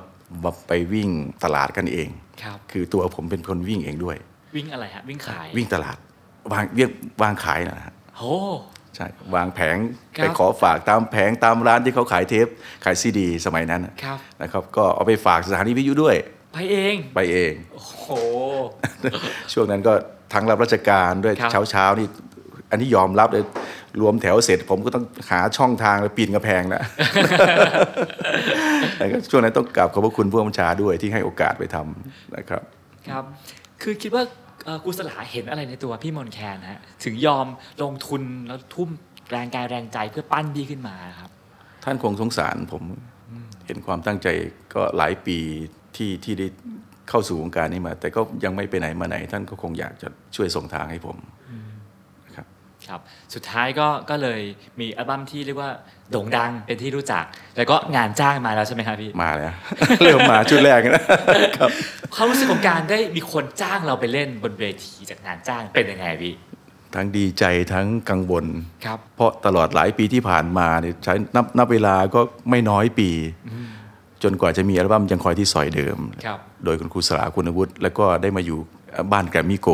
ไปวิ่งตลาดกันเอง
ครับ
คือตัวผมเป็นคนวิ่งเองด้วย
วิ่งอะไรฮะ วิ่งขาย
วิ่งตลาดวางเรียกวางขายนะฮะ
โห
ใช่วางแผง
ครับ
ไปขอฝากตามแผงตามร้านที่เขาขายเทป ขายซีดี สมัยนั้นนะครับ นะครับก็เอาไปฝากสถานีวิทยุด้วย
ไปเอง
ไปเอง
โอ้โห
[laughs] ช่วงนั้นก็ทั้งรับราชการด้วย
ครับ
เช้าเช้าๆนี่อันนี้ยอมรับเลยรวมแถวเสร็จผมก็ต้องหาช่องทางแล้วปีนกระแพงนะ
[laughs]
แล้วก็ช่วงนั้นต้องกราบขอบพระคุณผู้บัญชาด้วยที่ให้โอกาสไปทำนะครับ
ครับ คือคิดว่าเอ่อครูสลาเห็นอะไรในตัวพี่มนต์แคนฮะ ถึงยอมลงทุนแล้วทุ่มแรงกายแรงใจเพื่อปั้นพี่ขึ้นมาครับ
ท่านคงสงสารผมเห็นความตั้งใจก็หลายปีที่ที่ได้เข้าสู่วงการนี้มา แต่ก็ยังไม่ไปไหนมาไหน ท่านก็คงอยากจะช่วยส่งทางให้ผมนะครับ
ครับ สุดท้ายก็ ก็เลยมีอัลบั้มที่เรียกว่าโด่งดังเป็นที่รู้จัก แล้วก็งานจ้างมาแล้วใช่ไหมครับพี่
มาแล้ว [laughs] เริ่มมาชุดแรกนะ [laughs]
ความรู้สึกของการได้มีคนจ้างเราไปเล่นบนเวทีจากงานจ้างเป็นยังไงพี่
ทั้งดีใจทั้งกังวล
ครับ
เพราะตลอดหลายปีที่ผ่านมาเนี่ยใช้นับนับเวลาก็ไม่น้อยปี จนกว่าจะมีอัลบั้มยังคอยที่ซอยเดิม
ครับ
โดยคุณครูสลาคุณวุฒิแล้วก็ได้มาอยู่บ้านแกรมมี่โก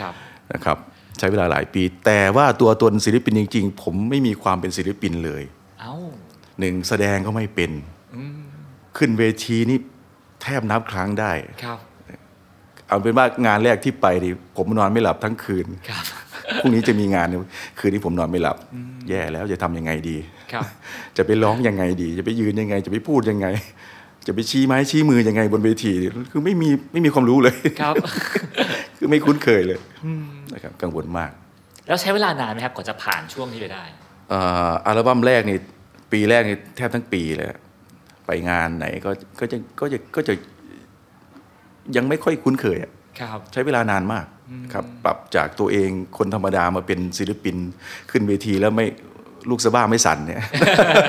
ครับ
นะครับใช้เวลาหลายปี แต่ว่าตัวตนศิลปินจริง ๆ ผมไม่มีความเป็นศิลปินเลย
เอ้า
หนึ่งแสดงก็ไม่เป็น ขึ้นเวทีนี่แทบนับครั้งได้
ครับ
เอาเป็นว่างานแรกที่ไปดิผมนอนไม่หลับทั้งคืน
ครับ
พรุ่งนี้จะมีงานเนี่ยคืนนี้ผมนอนไม่หลับ แย่แล้วจะทำยังไงดี
ครับ
[laughs] จะไปร้องยังไงดี จะไปยืนยังไง จะไปพูดยังไง จะไปชี้ไม้ชี้มือยังไงบนเวทีเนี่ยคือไม่มีไม่มีความรู้เลย
ครับ
[laughs]
[laughs]
คือไม่คุ้นเคยเลยนะครับกังวลมาก
แล้วใช้เวลานานไหมครับกว่าจะผ่านช่วงนี้ไปได้
เอ่ออัลบั้มแรกนี่ปีแรกนี่แทบทั้งปีเลย งานไหนก็ก็จะก็จะก็จะยังไม่ค่อยคุ้นเคยอะ
ครับ
ใช้เวลานานมากครับปรับจากตัวเองคนธรรมดามาเป็นศิลปินขึ้นเวทีแล้วไม่ลูกสะบ้าไม่สั่นเนี่ย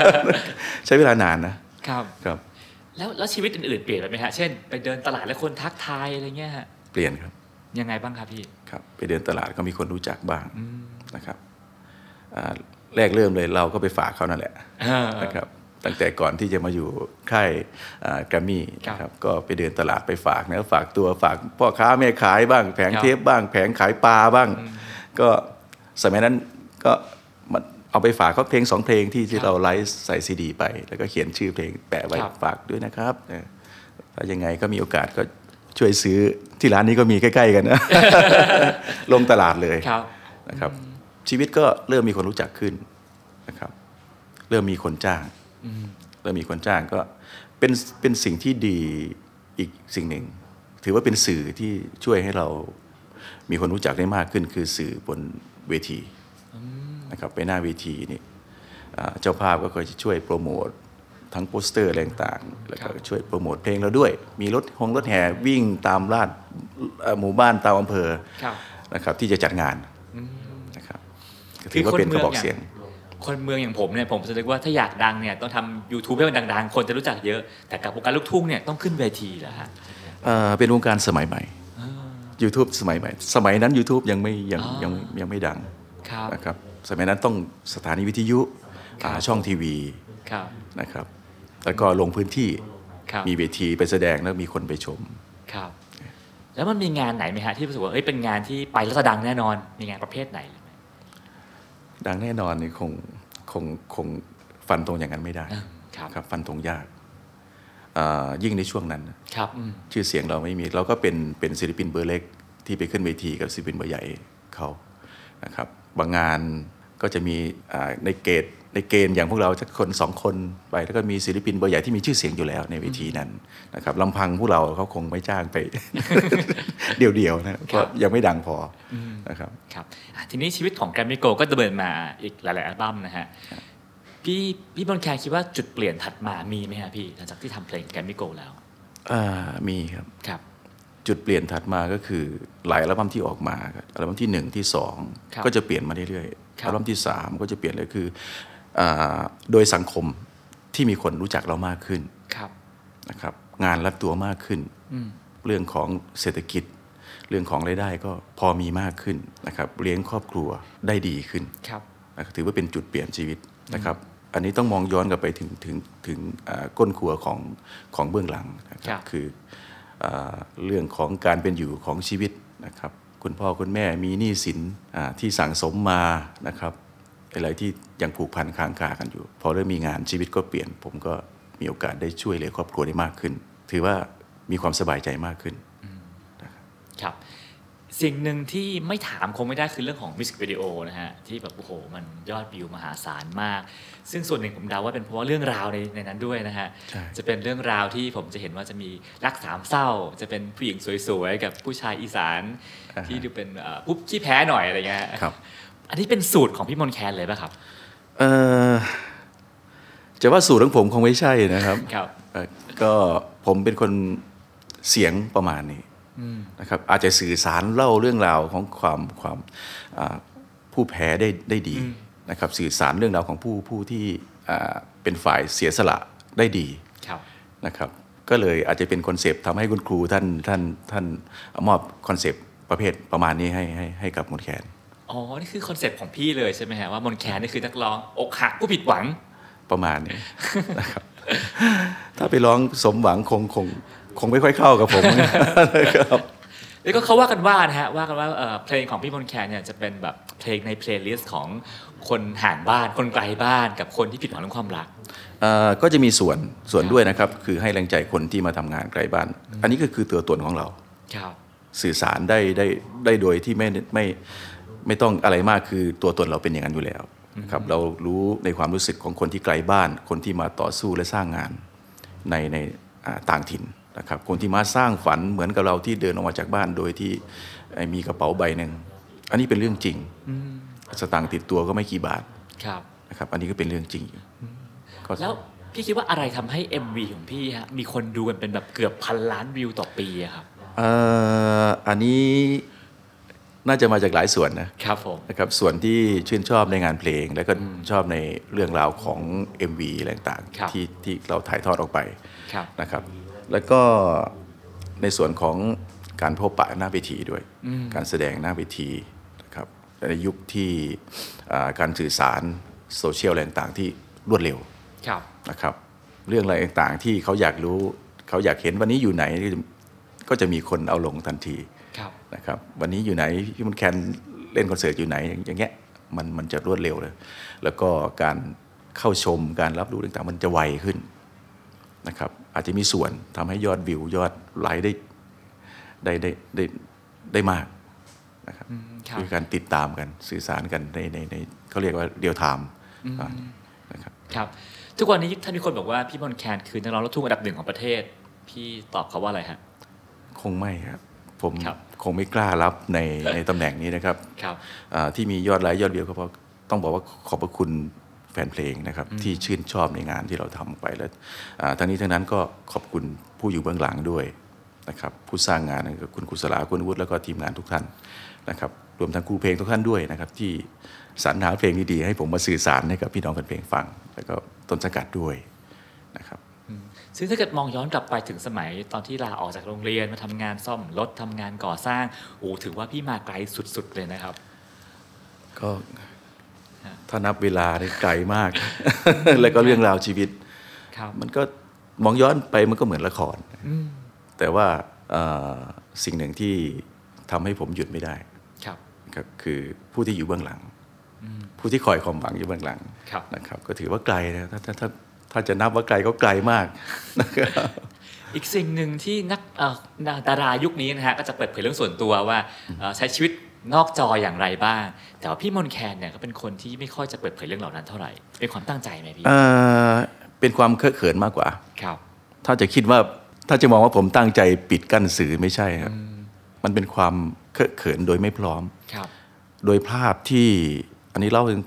[laughs] ใช้เวลานานนะครับ ครับ
แล้วแล้วชีวิตอื่นๆเปลี่ยนไปไหมฮะ เช่นไปเดินตลาดแล้วคนทักทายอะไรเงี้ยฮะ
เปลี่ยนครับ
ยังไงบ้างครับพี่
ครับ ไปเดินตลาดก็มีคนรู้จักบ้างนะครับอ่าแรกเริ่มเลยเราก็ไปฝากเขานั่นแหละ
เออ
นะครับตั้งแต่ก่อนที่จะมาอยู่ค่ายแกรมมี่า Grammy นะครับก็ไปเดินตลาดไปฝากนะฝากตัวฝากพ่อค้าแม่ขายบ้าง แผง
ครับ
เทปบ้าง แผงขายปลาบ้าง ก็สมัยนั้นก็มันเอาไปฝากเขาเพลงสองเพลงที่ที่เราไลฟ์ใส่ซีดี ไป แล้วก็เขียนชื่อเพลงแปะไว้
ครับ
ฝากด้วยนะครับเออแล้วยังไงก็มีโอกาสก็ช่วยซื้อที่ร้านนี้ก็มีใกล้ ๆ กันนะ ลงตลาดเลย
ครับ
นะครับ ชีวิตก็เริ่มมีคนรู้จักขึ้นนะครับ เริ่มมีคนจ้างเริ่มมีคนจ้างก็เป็นเป็นสิ่งที่ดีอีกสิ่งหนึ่ง ถือว่าเป็นสื่อที่ช่วยให้เรามีคนรู้จักได้มากขึ้น คือสื่อบนเวทีนะครับไปหน้าเวทีนี่อ่าเจ้าภาพก็คอยจะช่วยโปรโมททั้งโปสเตอร์อะไรต่างๆแล้วก็
ครับ
ช่วยโปรโมทเพลงเราด้วย มีรถหงรถแห่วิ่งตามลาดเอ่อหมู่บ้านตามอำเภอ
ครับ
นะครับที่จะจัดงานนะครับก็ถื
คืออ
ว่า
คน
เป็นก
เมื
ระ
อง
บอก
เนี่ย
เสียง
คนเมืองอย่างผมเนี่ยผมจะนึกว่าถ้าอยากดังเนี่ยต้องทำ YouTube ให้มันดัง ๆ คนจะรู้จักเยอะ แต่กับวงการลูกทุ่งเนี่ยต้องขึ้นเวทีแล้วฮะ
เอ่อเป็นวงการสมัยใหม่ YouTube สมัยใหม่ สมัยนั้น YouTube ยังไม่ยัง
อ๋อ
ยังยังไม่ดัง
ครับ
นะครับสมัยนั้นต้องสถานีวิทยุ
ครับ
หาช่องทีวี
ครับ
นะครับแล้วก็ลงพื้นที่
ครับ
มีเวทีไปแสดงแล้วมีคนไปชม
ครับ แล้วมันมีงานไหนไหมฮะที่รู้สึกว่าเอ้ยเป็นงานที่ไปแล้วจะดังแน่นอน มีงานประเภทไหนไหม
ดังแน่นอนนี่คงคงคงฟันตรงอย่างนั้นไม่ได้
อ่ะครับ
ครับฟันตรงยากอ่ายิ่งในช่วงนั้น
ครับอืม
ชื่อเสียงเราไม่มีเราก็เป็นเป็นศิลปินเบอร์เล็ก ที่ไปขึ้นเวทีกับศิลปินเบอร์ใหญ่เขานะครับบางงานก็จะมีอ่าในเกณฑ์ในเกณฑ์อย่างพวกเราสักคนสองคนไปแล้วก็มีศิลปินเบอร์ใหญ่ที่มีชื่อเสียงอยู่แล้วในเวทีนั้นนะครับลำพังพวกเราเขาคงไม่จ้างไป [laughs] เดี่ยวๆนะก็ยังไม่ดังพออนะครับ
ครับอ่ะทีนี้ชีวิตของแกรมมี่โกก็ดำเนินมาอีกหลายๆอัลบั้มนะฮะ พี่พี่บอลแคร์คิดว่าจุดเปลี่ยนถัดมามีไหมฮะพี่หลังจากที่ทำเพลงแกรมมี่โกแล้ว
อ่ามีครับ
ครับ
จุดเปลี่ยนถัดมาก็คือหลายอัลบั้มที่ออกมาครับอัลบั้มที่หนึ่งที่สอง
ครับ
ก็จะเปลี่ยนมาเรื่อยๆ
ครับ
อัลบั้มที่สามก็จะเปลี่ยนเลยคืออาโดยสังคมที่มีคนรู้จักเรามากขึ้น
ครับ
นะครับงานรับตัวมากขึ้น
อืม
เรื่องของเศรษฐกิจ เรื่องของรายได้ก็พอมีมากขึ้นนะครับเลี้ยงครอบครัวได้ดีขึ้น
ครับ
นะครับถือว่าเป็นจุดเปลี่ยนชีวิตนะครับ อันนี้ต้องมองย้อนกลับไปถึงถึงถึงอ่าก้นครัวของของเบื้องหลังนะค
ครั
รับบ คืออาเรื่องของการเป็นอยู่ของชีวิตนะครับ คุณพ่อคุณแม่มีหนี้สินอ่าที่สั่งสมมานะครับอะไรที่ยังผูกพันค้างคากันอยู่ พอเริ่มมีงานชีวิตก็เปลี่ยน ผมก็มีโอกาสได้ช่วยเหลือครอบครัวได้มากขึ้น ถือว่ามีความสบายใจมากขึ้น
ครับ สิ่งหนึ่งที่ไม่ถามคงไม่ได้คือเรื่องของมิวสิกวิดีโอนะฮะ ที่แบบโอ้โห มันยอดวิวมหาศาลมาก ซึ่งส่วนหนึ่งผมเดาว่าเป็นเพราะว่าเรื่องราวในในนั้นด้วยนะฮะ
ใช่
จะเป็นเรื่องราวที่ผมจะเห็นว่าจะมีรักสามเศร้า จะเป็นผู้หญิงสวยๆ กับผู้ชายอีสาน ที่ดูเป็นเอ่อปุ๊บขี้แพ้หน่อยอะไรเงี้ย
ครับ
อันนี้เป็นสูตรของพี่มนต์แคนเลยป่ะครับ
เอ่อจะว่าสูตรของผมคงไม่ใช่นะครับ
ครับ
เอ่อก็ผมเป็นคนเสียงประมาณนี้
อืม
นะครับอาจจะสื่อสารเล่าเรื่องราวของความความอ่าผู้แพ้ได้ได้ดี
อืม
นะครับสื่อสารเรื่องราวของผู้ผู้ที่อ่าเป็นฝ่ายเสียสละได้ดี
ครับ
นะครับก็เลยอาจจะเป็นคอนเซปต์ทำให้คุณครูท่านท่านท่านมอบคอนเซปต์ประเภทประมาณนี้ให้ให้ให้กับมนต์แคน
อ๋อ นี่คือคอนเซ็ปต์ของพี่เลยใช่ไหมฮะ ว่ามนต์แคนนี่คือนักร้องอกหักผู้ผิดหวัง
ประมาณนี้ นะครับ [laughs] ถ้าไปร้องสมหวังคงคงคงไม่ค่อยเข้ากับผม [laughs] นะครับ
แล้วก็เขาว่ากันว่านะฮะว่ากันว่าเอ่อเพลงของพี่มนต์แคนเนี่ยจะเป็นแบบเพลงในเพลย์ลิสต์ของคนห่างบ้าน คนไกลบ้านกับคนที่ผิดหวังเรื่องความรัก
เอ่อก็จะมีส่วนส่วนด้วยนะครับ คือให้แรงใจคนที่มาทำงานไกลบ้าน อันนี้ก็คือตัวตนของเรา
ครับ
สื่อสารได้ได้ได้โดยที่ไม่ไม่ไม่ต้องอะไรมากคือตัวตนเราเป็นอย่างนั้นอยู่แล้วนะครับเรารู้ในความรู้สึกของคนที่ไกลบ้าน คนที่มาต่อสู้และสร้างงานในในอ่าต่างถิ่นนะครับคนที่มาสร้างฝันเหมือนกับเราที่เดินออกมาจากบ้านโดยที่เอ่อมีกระเป๋าใบหนึ่งอันนี้เป็นเรื่องจริงสตางค์ติดตัวก็ไม่กี่บาท
ครับ
นะครับอันนี้ก็เป็นเรื่องจริงอยู่ก็
แล้ว พี่คิดว่าอะไรทำให้ MV ของพี่ฮะมีคนดูกันเป็นแบบเกือบพันล้านวิวต่อปีอะครับ
เอ่ออันนี้น่าจะมาจากหลายส่วนนะ
ครับผม
นะครับส่วนที่ชื่นชอบในงานเพลง แล้วก็ชอบในเรื่องราวของ MV อะไรต่างๆที่ที่เราถ่ายทอดออกไป
ครับ
นะครับ แล้วก็ในส่วนของการพบปะหน้าเวทีด้วย การแสดงหน้าเวทีนะครับในยุคที่อ่าการสื่อสารโซเชียลอะไรต่างๆที่รวดเร็ว
ครับ
นะครับเรื่องอะไรต่างๆที่เขาอยากรู้เขาอยากเห็นวันนี้อยู่ไหนก็จะก็จะมีคนเอาลงทันที
ครับ
นะครับวันนี้อยู่ไหนพี่มนต์แคนเล่นคอนเสิร์ตอยู่ไหนอย่างอย่างเงี้ยมันมันจะรวดเร็วเลย แล้วก็การเข้าชมการรับรู้ต่างๆ มันจะไวขึ้นนะครับอาจจะมีส่วนทำให้ยอดวิวยอดไลค์ได้ได้ได้ได้ได้มากนะครับ
ครับ
คือการติดตามกันสื่อสารกันในในในเขาเรียกว่าเรียลไทม์นะครับ
ครับ ทุกวันนี้ถ้ามีคนบอกว่าพี่มนต์แคนคือนักร้องลูกทุ่งอันดับหนึ่งของประเทศ พี่ตอบเขาว่าอะไรฮะ
คงไม่ครับผม
ครับ
คงไม่กล้ารับในในตำแหน่งนี้นะครับ
ครับ
อ่าที่มียอดไลค์ยอดวิวก็เพราะต้องบอกว่าขอบพระคุณแฟนเพลงนะครับ ที่ชื่นชอบในงานที่เราทำไปแล้วอ่าทั้งนี้ทั้งนั้นก็ขอบคุณผู้อยู่เบื้องหลังด้วยนะครับผู้สร้างงานนั่นคือคุณกุศลาคุณวุฒิแล้วก็ทีมงานทุกท่านนะครับรวมทั้งครูเพลงทุกท่านด้วยนะครับที่สรรหาเพลงดีๆให้ผมมาสื่อสารให้กับพี่น้องแฟนเพลงฟัง แล้วก็ต้นสังกัดด้วยนะครับ
ซึ่งถ้าเกิดมองย้อนกลับไปถึงสมัยตอนที่ลาออกจากโรงเรียนมาทำงานซ่อมรถทำงานก่อสร้างโอ้ถือว่าพี่มาไกลสุด ๆ เลยนะครับ
ก็ถ้านับเวลาได้ไกลมาก [laughs] แล้วก็เรื่องราวชีวิต
ครับ
มันก็มองย้อนไปมันก็เหมือนละคร
อืม
แต่ว่าเอ่อสิ่งหนึ่งที่ทำให้ผมหยุดไม่ได้
ครับ
ครับคือผู้ที่อยู่เบื้องหลัง ผู้ที่คอยความหวังอยู่เบื้องหลัง
ครับ
นะครับ ก็ถือว่าไกลนะถ้าถ้าถ้าถ้าจะนับว่าไกลก็ไกล
[laughs]
มากนะครับ
อีกสิ่งหนึ่งที่นักเอ่อนักดารายุคนี้นะฮะก็จะเปิดเผยเรื่องส่วนตัวว่าเอ่อใช้ชีวิตนอกจออย่างไรบ้าง แต่ว่าพี่มนต์แคนเนี่ยก็เป็นคนที่ไม่ค่อยจะเปิดเผยเรื่องเหล่านั้นเท่าไหร่เป็นความตั้งใจไหมพี่
เอ่อเป็นความเคอะเขินมากกว่า
ครับ
ถ้าจะคิดว่าถ้าจะมองว่าผมตั้งใจปิดกั้นสื่อไม่ใช่ครับมันเป็นความเคอะเขินโดยไม่พร้อม
ครับ
โดยภาพที่อันนี้เล่าถึง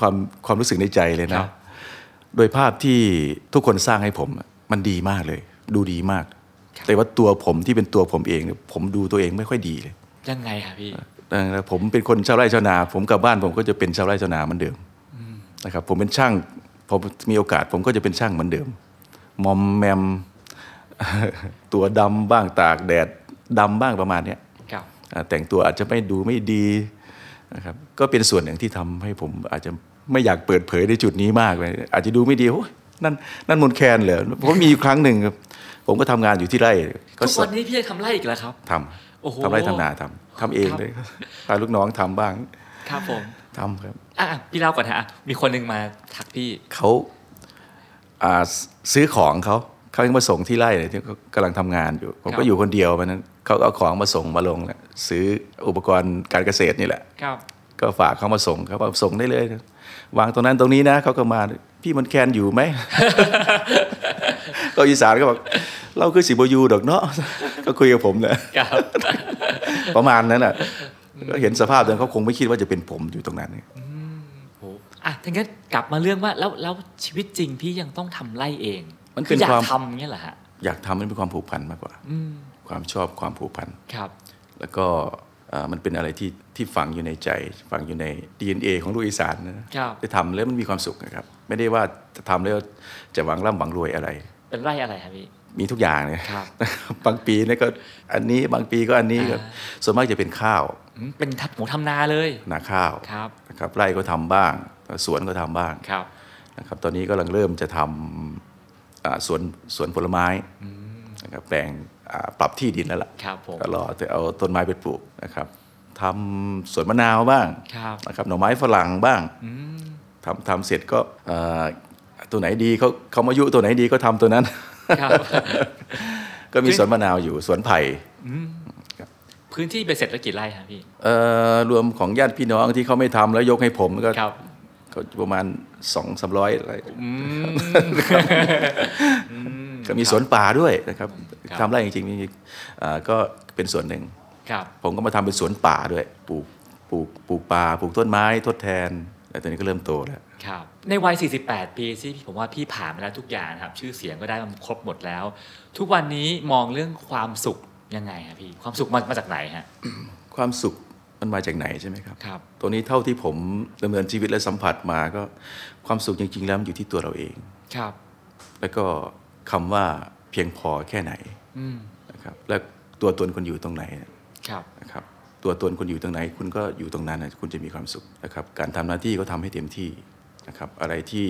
ความความรู้สึกในใจเลย
ครั
นะ
บ
โดยภาพที่ทุกคนสร้างให้ผมอะมันดีมากเลย ดูดีมาก แต่ว่าตัวผมที่เป็นตัวผมเองเนี่ยผมดูตัวเองไม่ค่อยดีเลย
ยังไงครับพี่
เออผมเป็นคนชาวไร่ชาวนา ผมกลับบ้านผมก็จะเป็นชาวไร่ชาวนาเหมือนเดิมนะครับผมเป็นช่างผมมีโอกาสผมก็จะเป็นช่างเหมือนเดิมมอมแมม [laughs] ตัวดำบ้างตากแดดดำบ้างประมาณเนี้ย
ครับ
อ่าแต่งตัวอาจจะไม่ดูไม่ดีนะครับก็เป็นส่วนหนึ่งที่ทำให้ผมอาจจะไม่อยากเปิดเผยในจุดนี้มากเลยอาจจะดูไม่ดีโอ้ยนั่นนั่นมนต์แคนเหรอเพราะมีอยู่ครั้งหนึ่งครับผมก็ทำงานอยู่ที่ไร่ก็
ทุกวันนี้พี่ยังทำไร่อีกแล้วครับ
ท
โอ้โห
ำทำไร่ทำนาทำทำเอง
ครับ
เลยพาลูกน้องทำบ้าง
ครับผม
ทำครับ
อ่ะอ่ะพี่เล่าก่อนฮะอ่ะมีคนหนึงมาทักพี่
เขาอ่าซื้อของเขาเขายังมาส่งที่ไร่เลยที่เขากำลังทำงานอยู่ ผม
ครั
ก็
บ
อยู่คนเดียววันนั้นเขาก็เอาของมาส่งมาลงแล้วซื้ออุปกรณ์การเกษตรนี่แหละ
ครับ
ก็ฝากเขามาส่งเขาบอกส่งได้เลย วางตรงนั้นตรงนี้นะเขาก็มาพี่มันแคนอยู่ไหม [laughs] ก็อีสานก็บอกเราคือสิบอยูดอกเนาะ [laughs] ก็คุยกับผมนะครับ ประมาณนั้นน่ะก็เห็นสภาพเดินเขาคงไม่คิดว่าจะเป็นผมอยู่ตรงนั้นเนี่ย
โอ้อ่ะถ้างั้นกลับมาเรื่องว่าแล้วแล้วชีวิตจริงพี่ยังต้องทำไร่เอง
มันเป็น
อยา
ค
ก
วาม
ทำเงี้ยเหรอฮะ
อยากทำมันเป็นความผูกพันมากกว่า
อืม
ความชอบความผูกพัน
ครับ
แล้วก็เอ่อมันเป็นอะไรที่ที่ฝังอยู่ในใจ ฝังอยู่ใน DNA ของลูกอีสานนะครับ ได้ทำแล้วมันมีความสุขนะครับ ไม่ได้ว่าจะทำแล้วจะหวังร่ำหวังรวยอะไร
เป็นไร่อะไรครับพี่
มีทุกอย่างเลย
ครับ
บ [laughs] างปีเนี่ยก็อันนี้บางปีก็อันนี้ครับ
อ่
ส่วนมากจะเป็นข้าว
อืมเป็นทับหมูทำนาเลย
นาข้าว
ครับ
นะครับไร่ก็ทำบ้าง สวนก็ทำบ้าง
ครับ
นะครับตอนนี้ก็กำลังเริ่มจะทำอ่าสวนสวนผลไม้นะครับแปลงอ่าปรับที่ดินแล้วล่ะ
ครับผม
ก็รอจะเอาต้นไม้ไปปลูกนะครับทำสวนมะนาวบ้าง
ครับ
นะครับหน่อไม้ฝรั่งบ้างทำทำเสร็จก็เอ่อตัวไหนดีเขาเขามายุตัวไหนดีก็ทำตัวนั้น [laughs]
ครับ
ก็มีสวนมะนาวอยู่สวนไผ่
พื้นที่ไปเสร็จแล้วกี่ไร่ครับพี่
เอ่อรวมของญาติพี่น้องที่เขาไม่ทำแล้วยกให้ผมก็
ครับ
ก็ประมาณสองสามร้อยอะไร
อืม
[laughs] ก็มีสวนป่าด้วยนะครับ
ครับ
ทำไรจริงๆนี่เอ่อก็เป็นส่วนหนึ่ง
ครับ
ผมก็มาทำเป็นสวนป่าด้วยปลูกปลูกปลูกป่าปลูกต้นไม้ทดแทนแต่ตอนนี้ก็เริ่มโตแล้ว
ครับในวัย 48 ปีที่ผมว่าพี่ผ่านมาแล้วทุกอย่างนะครับ ชื่อเสียงก็ได้มันครบหมดแล้ว ทุกวันนี้มองเรื่องความสุขยังไงครับพี่ความสุขมันมาจากไหนฮะ
ความสุขมันมาจากไหนใช่ไหมครับ
ครับ
ตัวนี้เท่าที่ผมดำเนินชีวิตและสัมผัสมาก็ความสุขจริงๆแล้วมันอยู่ที่ตัวเราเอง
ครับ
แล้วก็คำว่าเพียงพอแค่ไหน
อืม
นะครับและตัวตนคนอยู่ตรงไหน
ครับ
นะครับตัวตนคนอยู่ตรงไหน คุณก็อยู่ตรงนั้นนะคุณจะมีความสุขนะครับการทำหน้าที่ก็ทำให้เต็มที่นะครับอะไรที่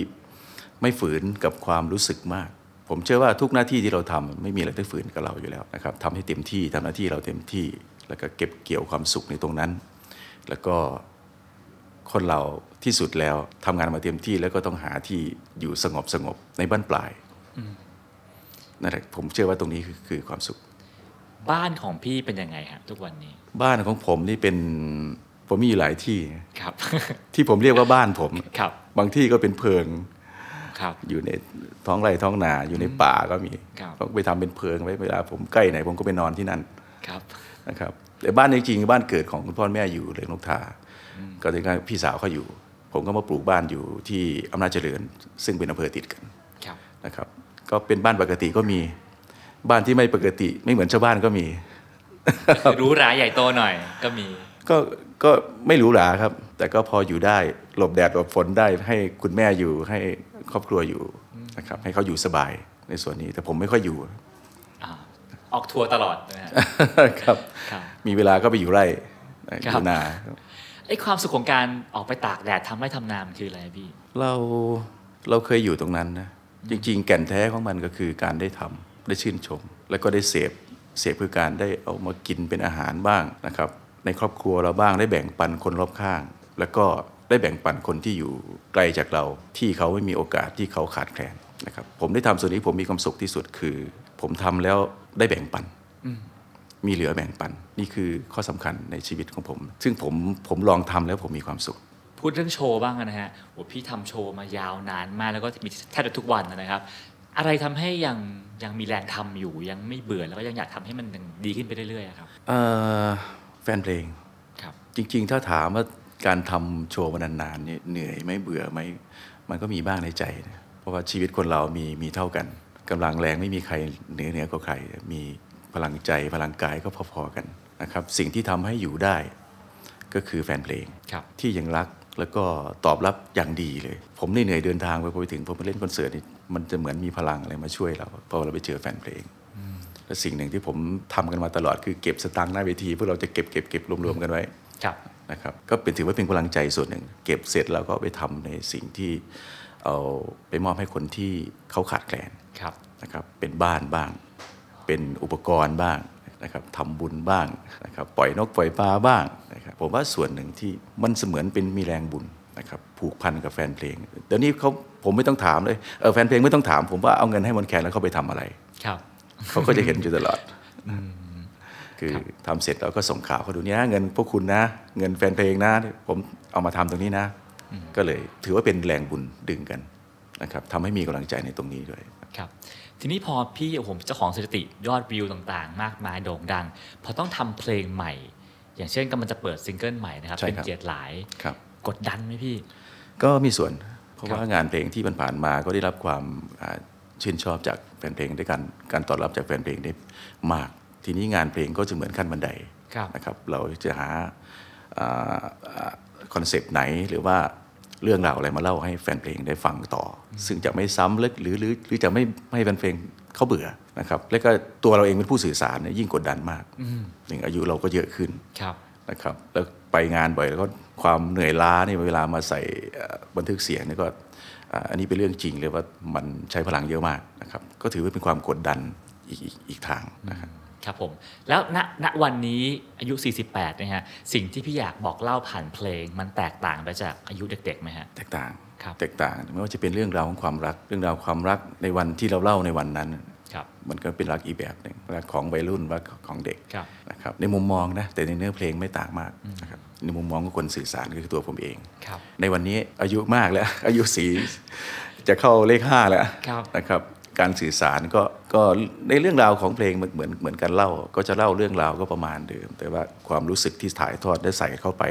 ไม่ฝืนกับความรู้สึกมาก ผมเชื่อว่าทุกหน้าที่ที่เราทำไม่มีอะไรที่ฝืนกับเราอยู่แล้วนะครับทำให้เต็มที่ทำหน้าที่เราเต็มที่ แล้วก็เก็บเกี่ยวความสุขในตรงนั้น แล้วก็ คนเราที่สุดแล้วทำงานมาเต็มที่แล้วก็ต้องหาที่อยู่สงบสงบในบ้านปลายนั่นแหละผมเชื่อว่าตรงนี้คือคือความสุข
บ้านของพี่เป็นยังไงฮะทุกวันนี้
บ้านของผมนี่เป็นผมมีอยู่หลายที่
ครับ
ที่ผมเรียกว่าบ้านผม
ครับ
บางที่ก็เป็นเพิง
ครับ
อยู่ในท้องไร่ท้องนาอยู่ในป่าก็มี
ครับ
ก็ไปทำเป็นเพิงไว้เวลาผมใกล้ไหนผมก็ไปนอนที่นั่น
ครับ
นะครับแต่บ้านจริงๆบ้านเกิดของคุณพ่อแม่อยู่เรืองนกทา ก็ถึงกับพี่สาวเขาอยู่ ผมก็มาปลูกบ้านอยู่ที่อำนาจเจริญ ซึ่งเป็นอำเภอติดกัน
[laughs] ครับ
นะครับ ก็เป็นบ้านปกติก็มี บ้านที่ไม่ปกติไม่เหมือนชาวบ้านก็มี
หรู้ราใหญ่โตหน่อยก็มี
ก็ก็ไม่หรูหราครับ แต่ก็พออยู่ได้หลบแดดหลบฝนได้ให้คุณแม่อยู่ให้ครอบครัวอยู่นะครับให้เขาอยู่สบายในส่วนนี้ แต่ผมไม่ค่อยอยู่ [laughs]
อ่าออกทัวร์ตลอดนะ [laughs] ฮะ
ครับ
ครับ
มีเวลาก็ไปอยู่ไร่อยู่นา
ไอ้ความสุขของการออกไปตากแดดทำไร่ทำนามนคืออะไรพี่
เราเราเคยอยู่ตรงนั้นนะจริงๆ แก่นแท้ของมันก็คือการได้ทำได้ชื่นชม แล้วก็ได้เสพเสพคือการได้เอามากินเป็นอาหารบ้างนะครับ ในครอบครัวเราบ้างได้แบ่งปันคนรอบข้าง แล้วก็ได้แบ่งปันคนที่อยู่ไกลจากเราที่เขาไม่มีโอกาสที่เขาขาดแคลนนะครับผมได้ทำส่วนนี้ผมมีความสุขที่สุดคือ ผมทำแล้วได้แบ่งปัน มีเหลือแบ่งปัน นี่คือข้อสำคัญในชีวิตของผม ซึ่งผมผมลองทำแล้วผมมีความสุข
พูดเรื่องโชว์บ้างนะฮะโอ้พี่ทำโชว์มายาวนานมาก แล้วก็มีแทบจะทุกวันนะครับ อะไรทำให้ยังยังมีแรงทำอยู่ยังไม่เบื่อแล้วก็ยังอยากทำให้มันยังดีขึ้นไปเรื่อยๆอะครับ
เอ่อแฟนเพลง
ครับ
จริงๆ ถ้าถามว่าการทำโชว์มานานๆเนี่ยเหนื่อยไหมเบื่อไหมมันก็มีบ้างในใจนะเพราะว่าชีวิตคนเรามีมีเท่ากันกำลังแรงไม่มีใครเหนือเหนือกว่าใคร มีพลังใจพลังกายก็พอๆกันนะครับสิ่งที่ทำให้อยู่ได้ก็คือแฟนเพลง
ครับ
ที่ยังรักแล้วก็ตอบรับอย่างดีเลย ผมนี่เหนื่อยเดินทางไปพอไปถึงผมไปเล่นคอนเสิร์ตนี่มันจะเหมือนมีพลังอะไรมาช่วยเราพอเราไปเจอแฟนเพลงและสิ่งหนึ่งที่ผมทำกันมาตลอดคือเก็บสตางค์หน้าเวทีพวกเราจะเก็บเก็บเก็บรวมๆกันไว้
ครับ
นะครับก็เป็นถือว่าเป็นพลังใจส่วนหนึ่ง เก็บเสร็จเราก็เอาไปทำในสิ่งที่เอาไปมอบให้คนที่เขาขาดแคลน
ครับ
นะครับเป็นบ้านบ้าง เป็นอุปกรณ์บ้างนะครับทำบุญบ้างนะครับปล่อยนกปล่อยปลาบ้างนะครับผมว่าส่วนหนึ่งที่มันเสมือนเป็นมีแรงบุญนะครับผูกพันกับแฟนเพลงเดี๋ยวนี้เขาผมไม่ต้องถามเลยเออแฟนเพลงไม่ต้องถาม ผมว่าเอาเงินให้มนต์แคนแล้วเขาไปทำอะไร
ครับ
[laughs] เขาก็จะเห็นอยู่ตลอด คือทำเสร็จเราก็ส่งข่าวเขาดูเนี้ยเงินพวกคุณนะ เงินแฟนเพลงนะ ผมเอามาทำตรงนี้นะ ก็เลยถือว่าเป็นแรงบุญดึงกันนะครับทำให้มีกำลังใจในตรงนี้ด้วย
ครับ ทีนี้พอพี่โอ้โหเจ้าของสถิติยอดวิวต่างๆ มากมายโด่งดัง พอต้องทำเพลงใหม่ อย่างเช่นกำลังจะเปิดซิงเกิลใหม่นะครับ
ใช่
เป็น
ครับ
เกียรติหลาย
ครับ
กดดันไหมพี่
ก็มีส่วนเพราะ
ครับ
ว่างานเพลงที่ผ่านๆมาก็ได้รับความอ่าชื่นชอบจากแฟนเพลงด้วยกันการตอบรับจากแฟนเพลงได้มาก ทีนี้งานเพลงก็จะเหมือนขั้นบันได
ครับ
นะครับเราจะหาคอนเซปต์ไหนหรือว่าเรื่องราวอะไรมาเล่าให้แฟนเพลงได้ฟังต่ออซึ่งจะไม่ซ้ำหรือหรือหรือหรือจะไม่ไม่ให้แฟนเพลงเขาเบื่อนะครับและก็ตัวเราเองเป็นผู้สื่อสารเนี่ยยิ่งกดดันมากหนึ่งอายุเราก็เยอะขึ้น
ครับ
นะครับแล้วไปงานบ่อยแล้วก็ความเหนื่อยล้าเนี่ยเวลามาใส่เอ่อบันทึกเสียงเนี่ยก็เอ่ออันนี้เป็นเรื่องจริงเลยว่ามันใช้พลังเยอะมากนะครับก็ถือว่าเป็นความกดดันอีกอีกอีกทางนะครับ
ครับผม แล้วณณวันนี้อายุ 48นะฮะสิ่งที่พี่อยากบอกเล่าผ่านเพลง มันแตกต่างไปจากอายุเด็กๆไหมฮะ
แตกต่าง
ครับ
แตกต่างไม่ว่าจะเป็นเรื่องราวของความรัก เรื่องราวความรักในวันที่เราเล่าในวันนั้น
ครับ
มันก็เป็นรักอีกแบบหนึ่งรักของวัยรุ่นรักของเด็ก
ครับ
นะครับในมุมมองนะแต่ในเนื้อเพลงไม่ต่างมากนะครับในมุมมองของคนสื่อสารก็คือตัวผมเอง
ครับ
ในวันนี้อายุมากแล้ว [laughs] อายุสีจะเข้าเลขห้าแล้ว
ครับ
นะครับ การสื่อสารก็ก็ในเรื่องราวของเพลงมันเหมือนเหมือนกันเล่า ก็จะเล่าเรื่องราวก็ประมาณเดิม แต่ว่าความรู้สึกที่ถ่ายทอดได้ใส่เข้าไป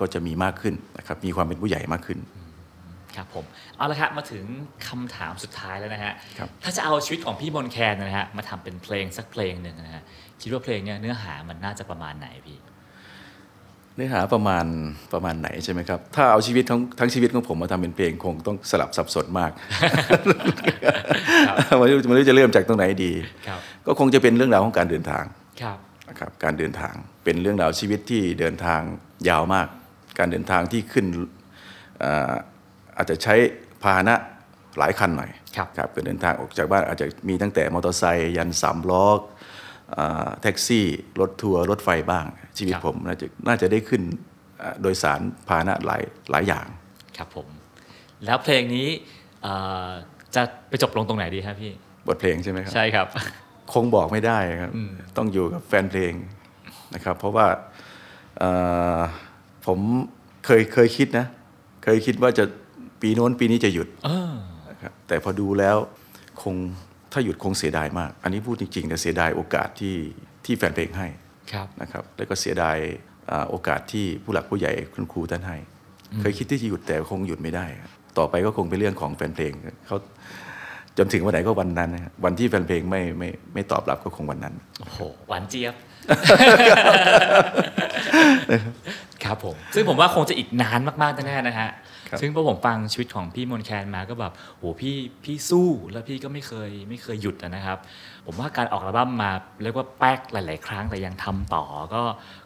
ก็จะมีมากขึ้นนะครับมีความเป็นผู้ใหญ่มากขึ้น
ครับผมเอาละครับมาถึงคำถามสุดท้ายแล้วนะฮะ
ครับ
ถ้าจะเอาชีวิตของพี่มนต์แคนนะฮะมาทำเป็นเพลงสักเพลงหนึ่งนะฮะคิดว่าเพลงเนี้ยเนื้อหามันน่าจะประมาณไหนพี่
เนื้อหาประมาณประมาณไหนใช่ไหมครับ ถ้าเอาชีวิตทั้งทั้งชีวิตของผมมาทำเป็นเพลงคงต้องสลับสับสน
[laughs]
มาก [laughs] ไม่รู้ไม่รู้จะเริ่มจากตรงไหนดี
ครับ
ก็คงจะเป็นเรื่องราวของการเดินทาง
ครับ
นะครับการเดินทางเป็นเรื่องราวชีวิตที่เดินทางยาวมาก การเดินทางที่ขึ้นเอ่ออาจจะใช้พาหนะหลายคันหน่อย
ครับ
ครับการเดินทางออกจากบ้านอาจจะมีตั้งแต่มอเตอร์ไซค์ยันสามล้ออ่าแท็กซี่ รถทัวร์รถไฟบ้าง ชีวิตผมน่าจะน่าจะได้ขึ้นอ่าโดยสารพาหนะหลายหลายอย่าง
ครับผม แล้วเพลงนี้เอ่อจะไปจบลงตรงไหนดีครับพี่
บทเพลงใช่ไหมครับ
ใช่ครับ
คงบอกไม่ได้ครับ ต้องอยู่กับแฟนเพลงนะครับ เพราะว่าเอ่อผมเคยเคยคิดนะ เคยคิดว่าจะปีโน้นปีนี้จะหยุด
เออ
นะครับแต่พอดูแล้วคงถ้าหยุดคงเสียดายมาก อันนี้พูดจริงๆนะเสียดายโอกาสที่ที่แฟนเพลงให้
ครับ
นะครับแล้วก็เสียดายอ่าโอกาสที่ผู้หลักผู้ใหญ่คุณครูท่านให้ เคยคิดที่จะหยุดแต่คงหยุดไม่ได้ครับต่อไปก็คงเป็นเรื่องของแฟนเพลงเขาจนถึงวันไหนก็วันนั้นนะครับวันที่แฟนเพลงไม่ไม่ไม่ตอบรับก็คงวันนั้น
โอ้โหหวานเจี๊ยบ ครับผม ซึ่งผมว่าคงจะอีกนานมากๆแน่ๆนะฮะ
ครับ
ซึ่งพอผมฟังชีวิตของพี่มนต์แคนมาก็แบบโหพี่พี่สู้แล้วพี่ก็ไม่เคยไม่เคยหยุดอะนะครับ ผมว่าการออกอัลบั้มมาเรียกว่าแป๊กหลาย ๆ ครั้งแต่ยังทำต่อก็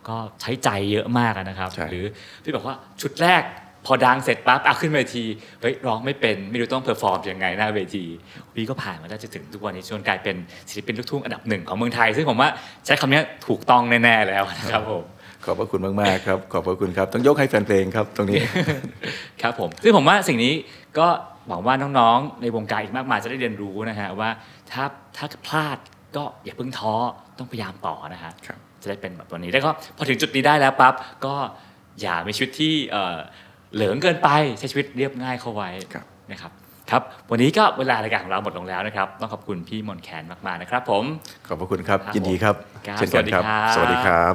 ก็ใช้ใจเยอะมากอะนะครับ
ใช่
หรือพี่บอกว่าชุดแรกพอดังเสร็จปั๊บอ่ะขึ้นเวทีเฮ้ยร้องไม่เป็นไม่รู้ต้องเพอร์ฟอร์มยังไงหน้าเวทีพี่ก็ผ่านมาได้จนถึงทุกวันนี้จนกลายเป็นศิลปินลูกทุ่งอันดับหนึ่งของเมืองไทย ซึ่งผมว่าใช้คำเนี้ยถูกต้องแน่ๆแล้วนะครับผม
ขอบพระคุณมากๆครับ ขอบพระคุณครับ ต้องยกให้แฟนเพลงครับตรงนี้
ครับผมซึ่งผมว่าสิ่งนี้ก็หวังว่าน้องๆ ในวงการอีกมากมายจะได้เรียนรู้นะฮะว่าถ้าถ้าพลาดก็อย่าเพิ่งท้อต้องพยายามต่อนะฮะ
ครับ
จะได้เป็นแบบวันนี้แล้วก็พอถึงจุดนี้ได้แล้วปั๊บก็อย่ามีชีวิตที่เอ่อเหลืองเกินไปใช้ชีวิตเรียบง่ายเข้าไว้
ครับ
นะครับครับวันนี้ก็เวลารายการของเราหมดลงแล้วนะครับต้องขอบคุณพี่มนต์แคนมากๆนะครับผม
ขอบพระคุณครับ
ครับ
ยินดีครับ
ครับ
เช่นกันครับ
ส
ส
วั
วัส
สดี
ดี
ค
ค
รั
รับ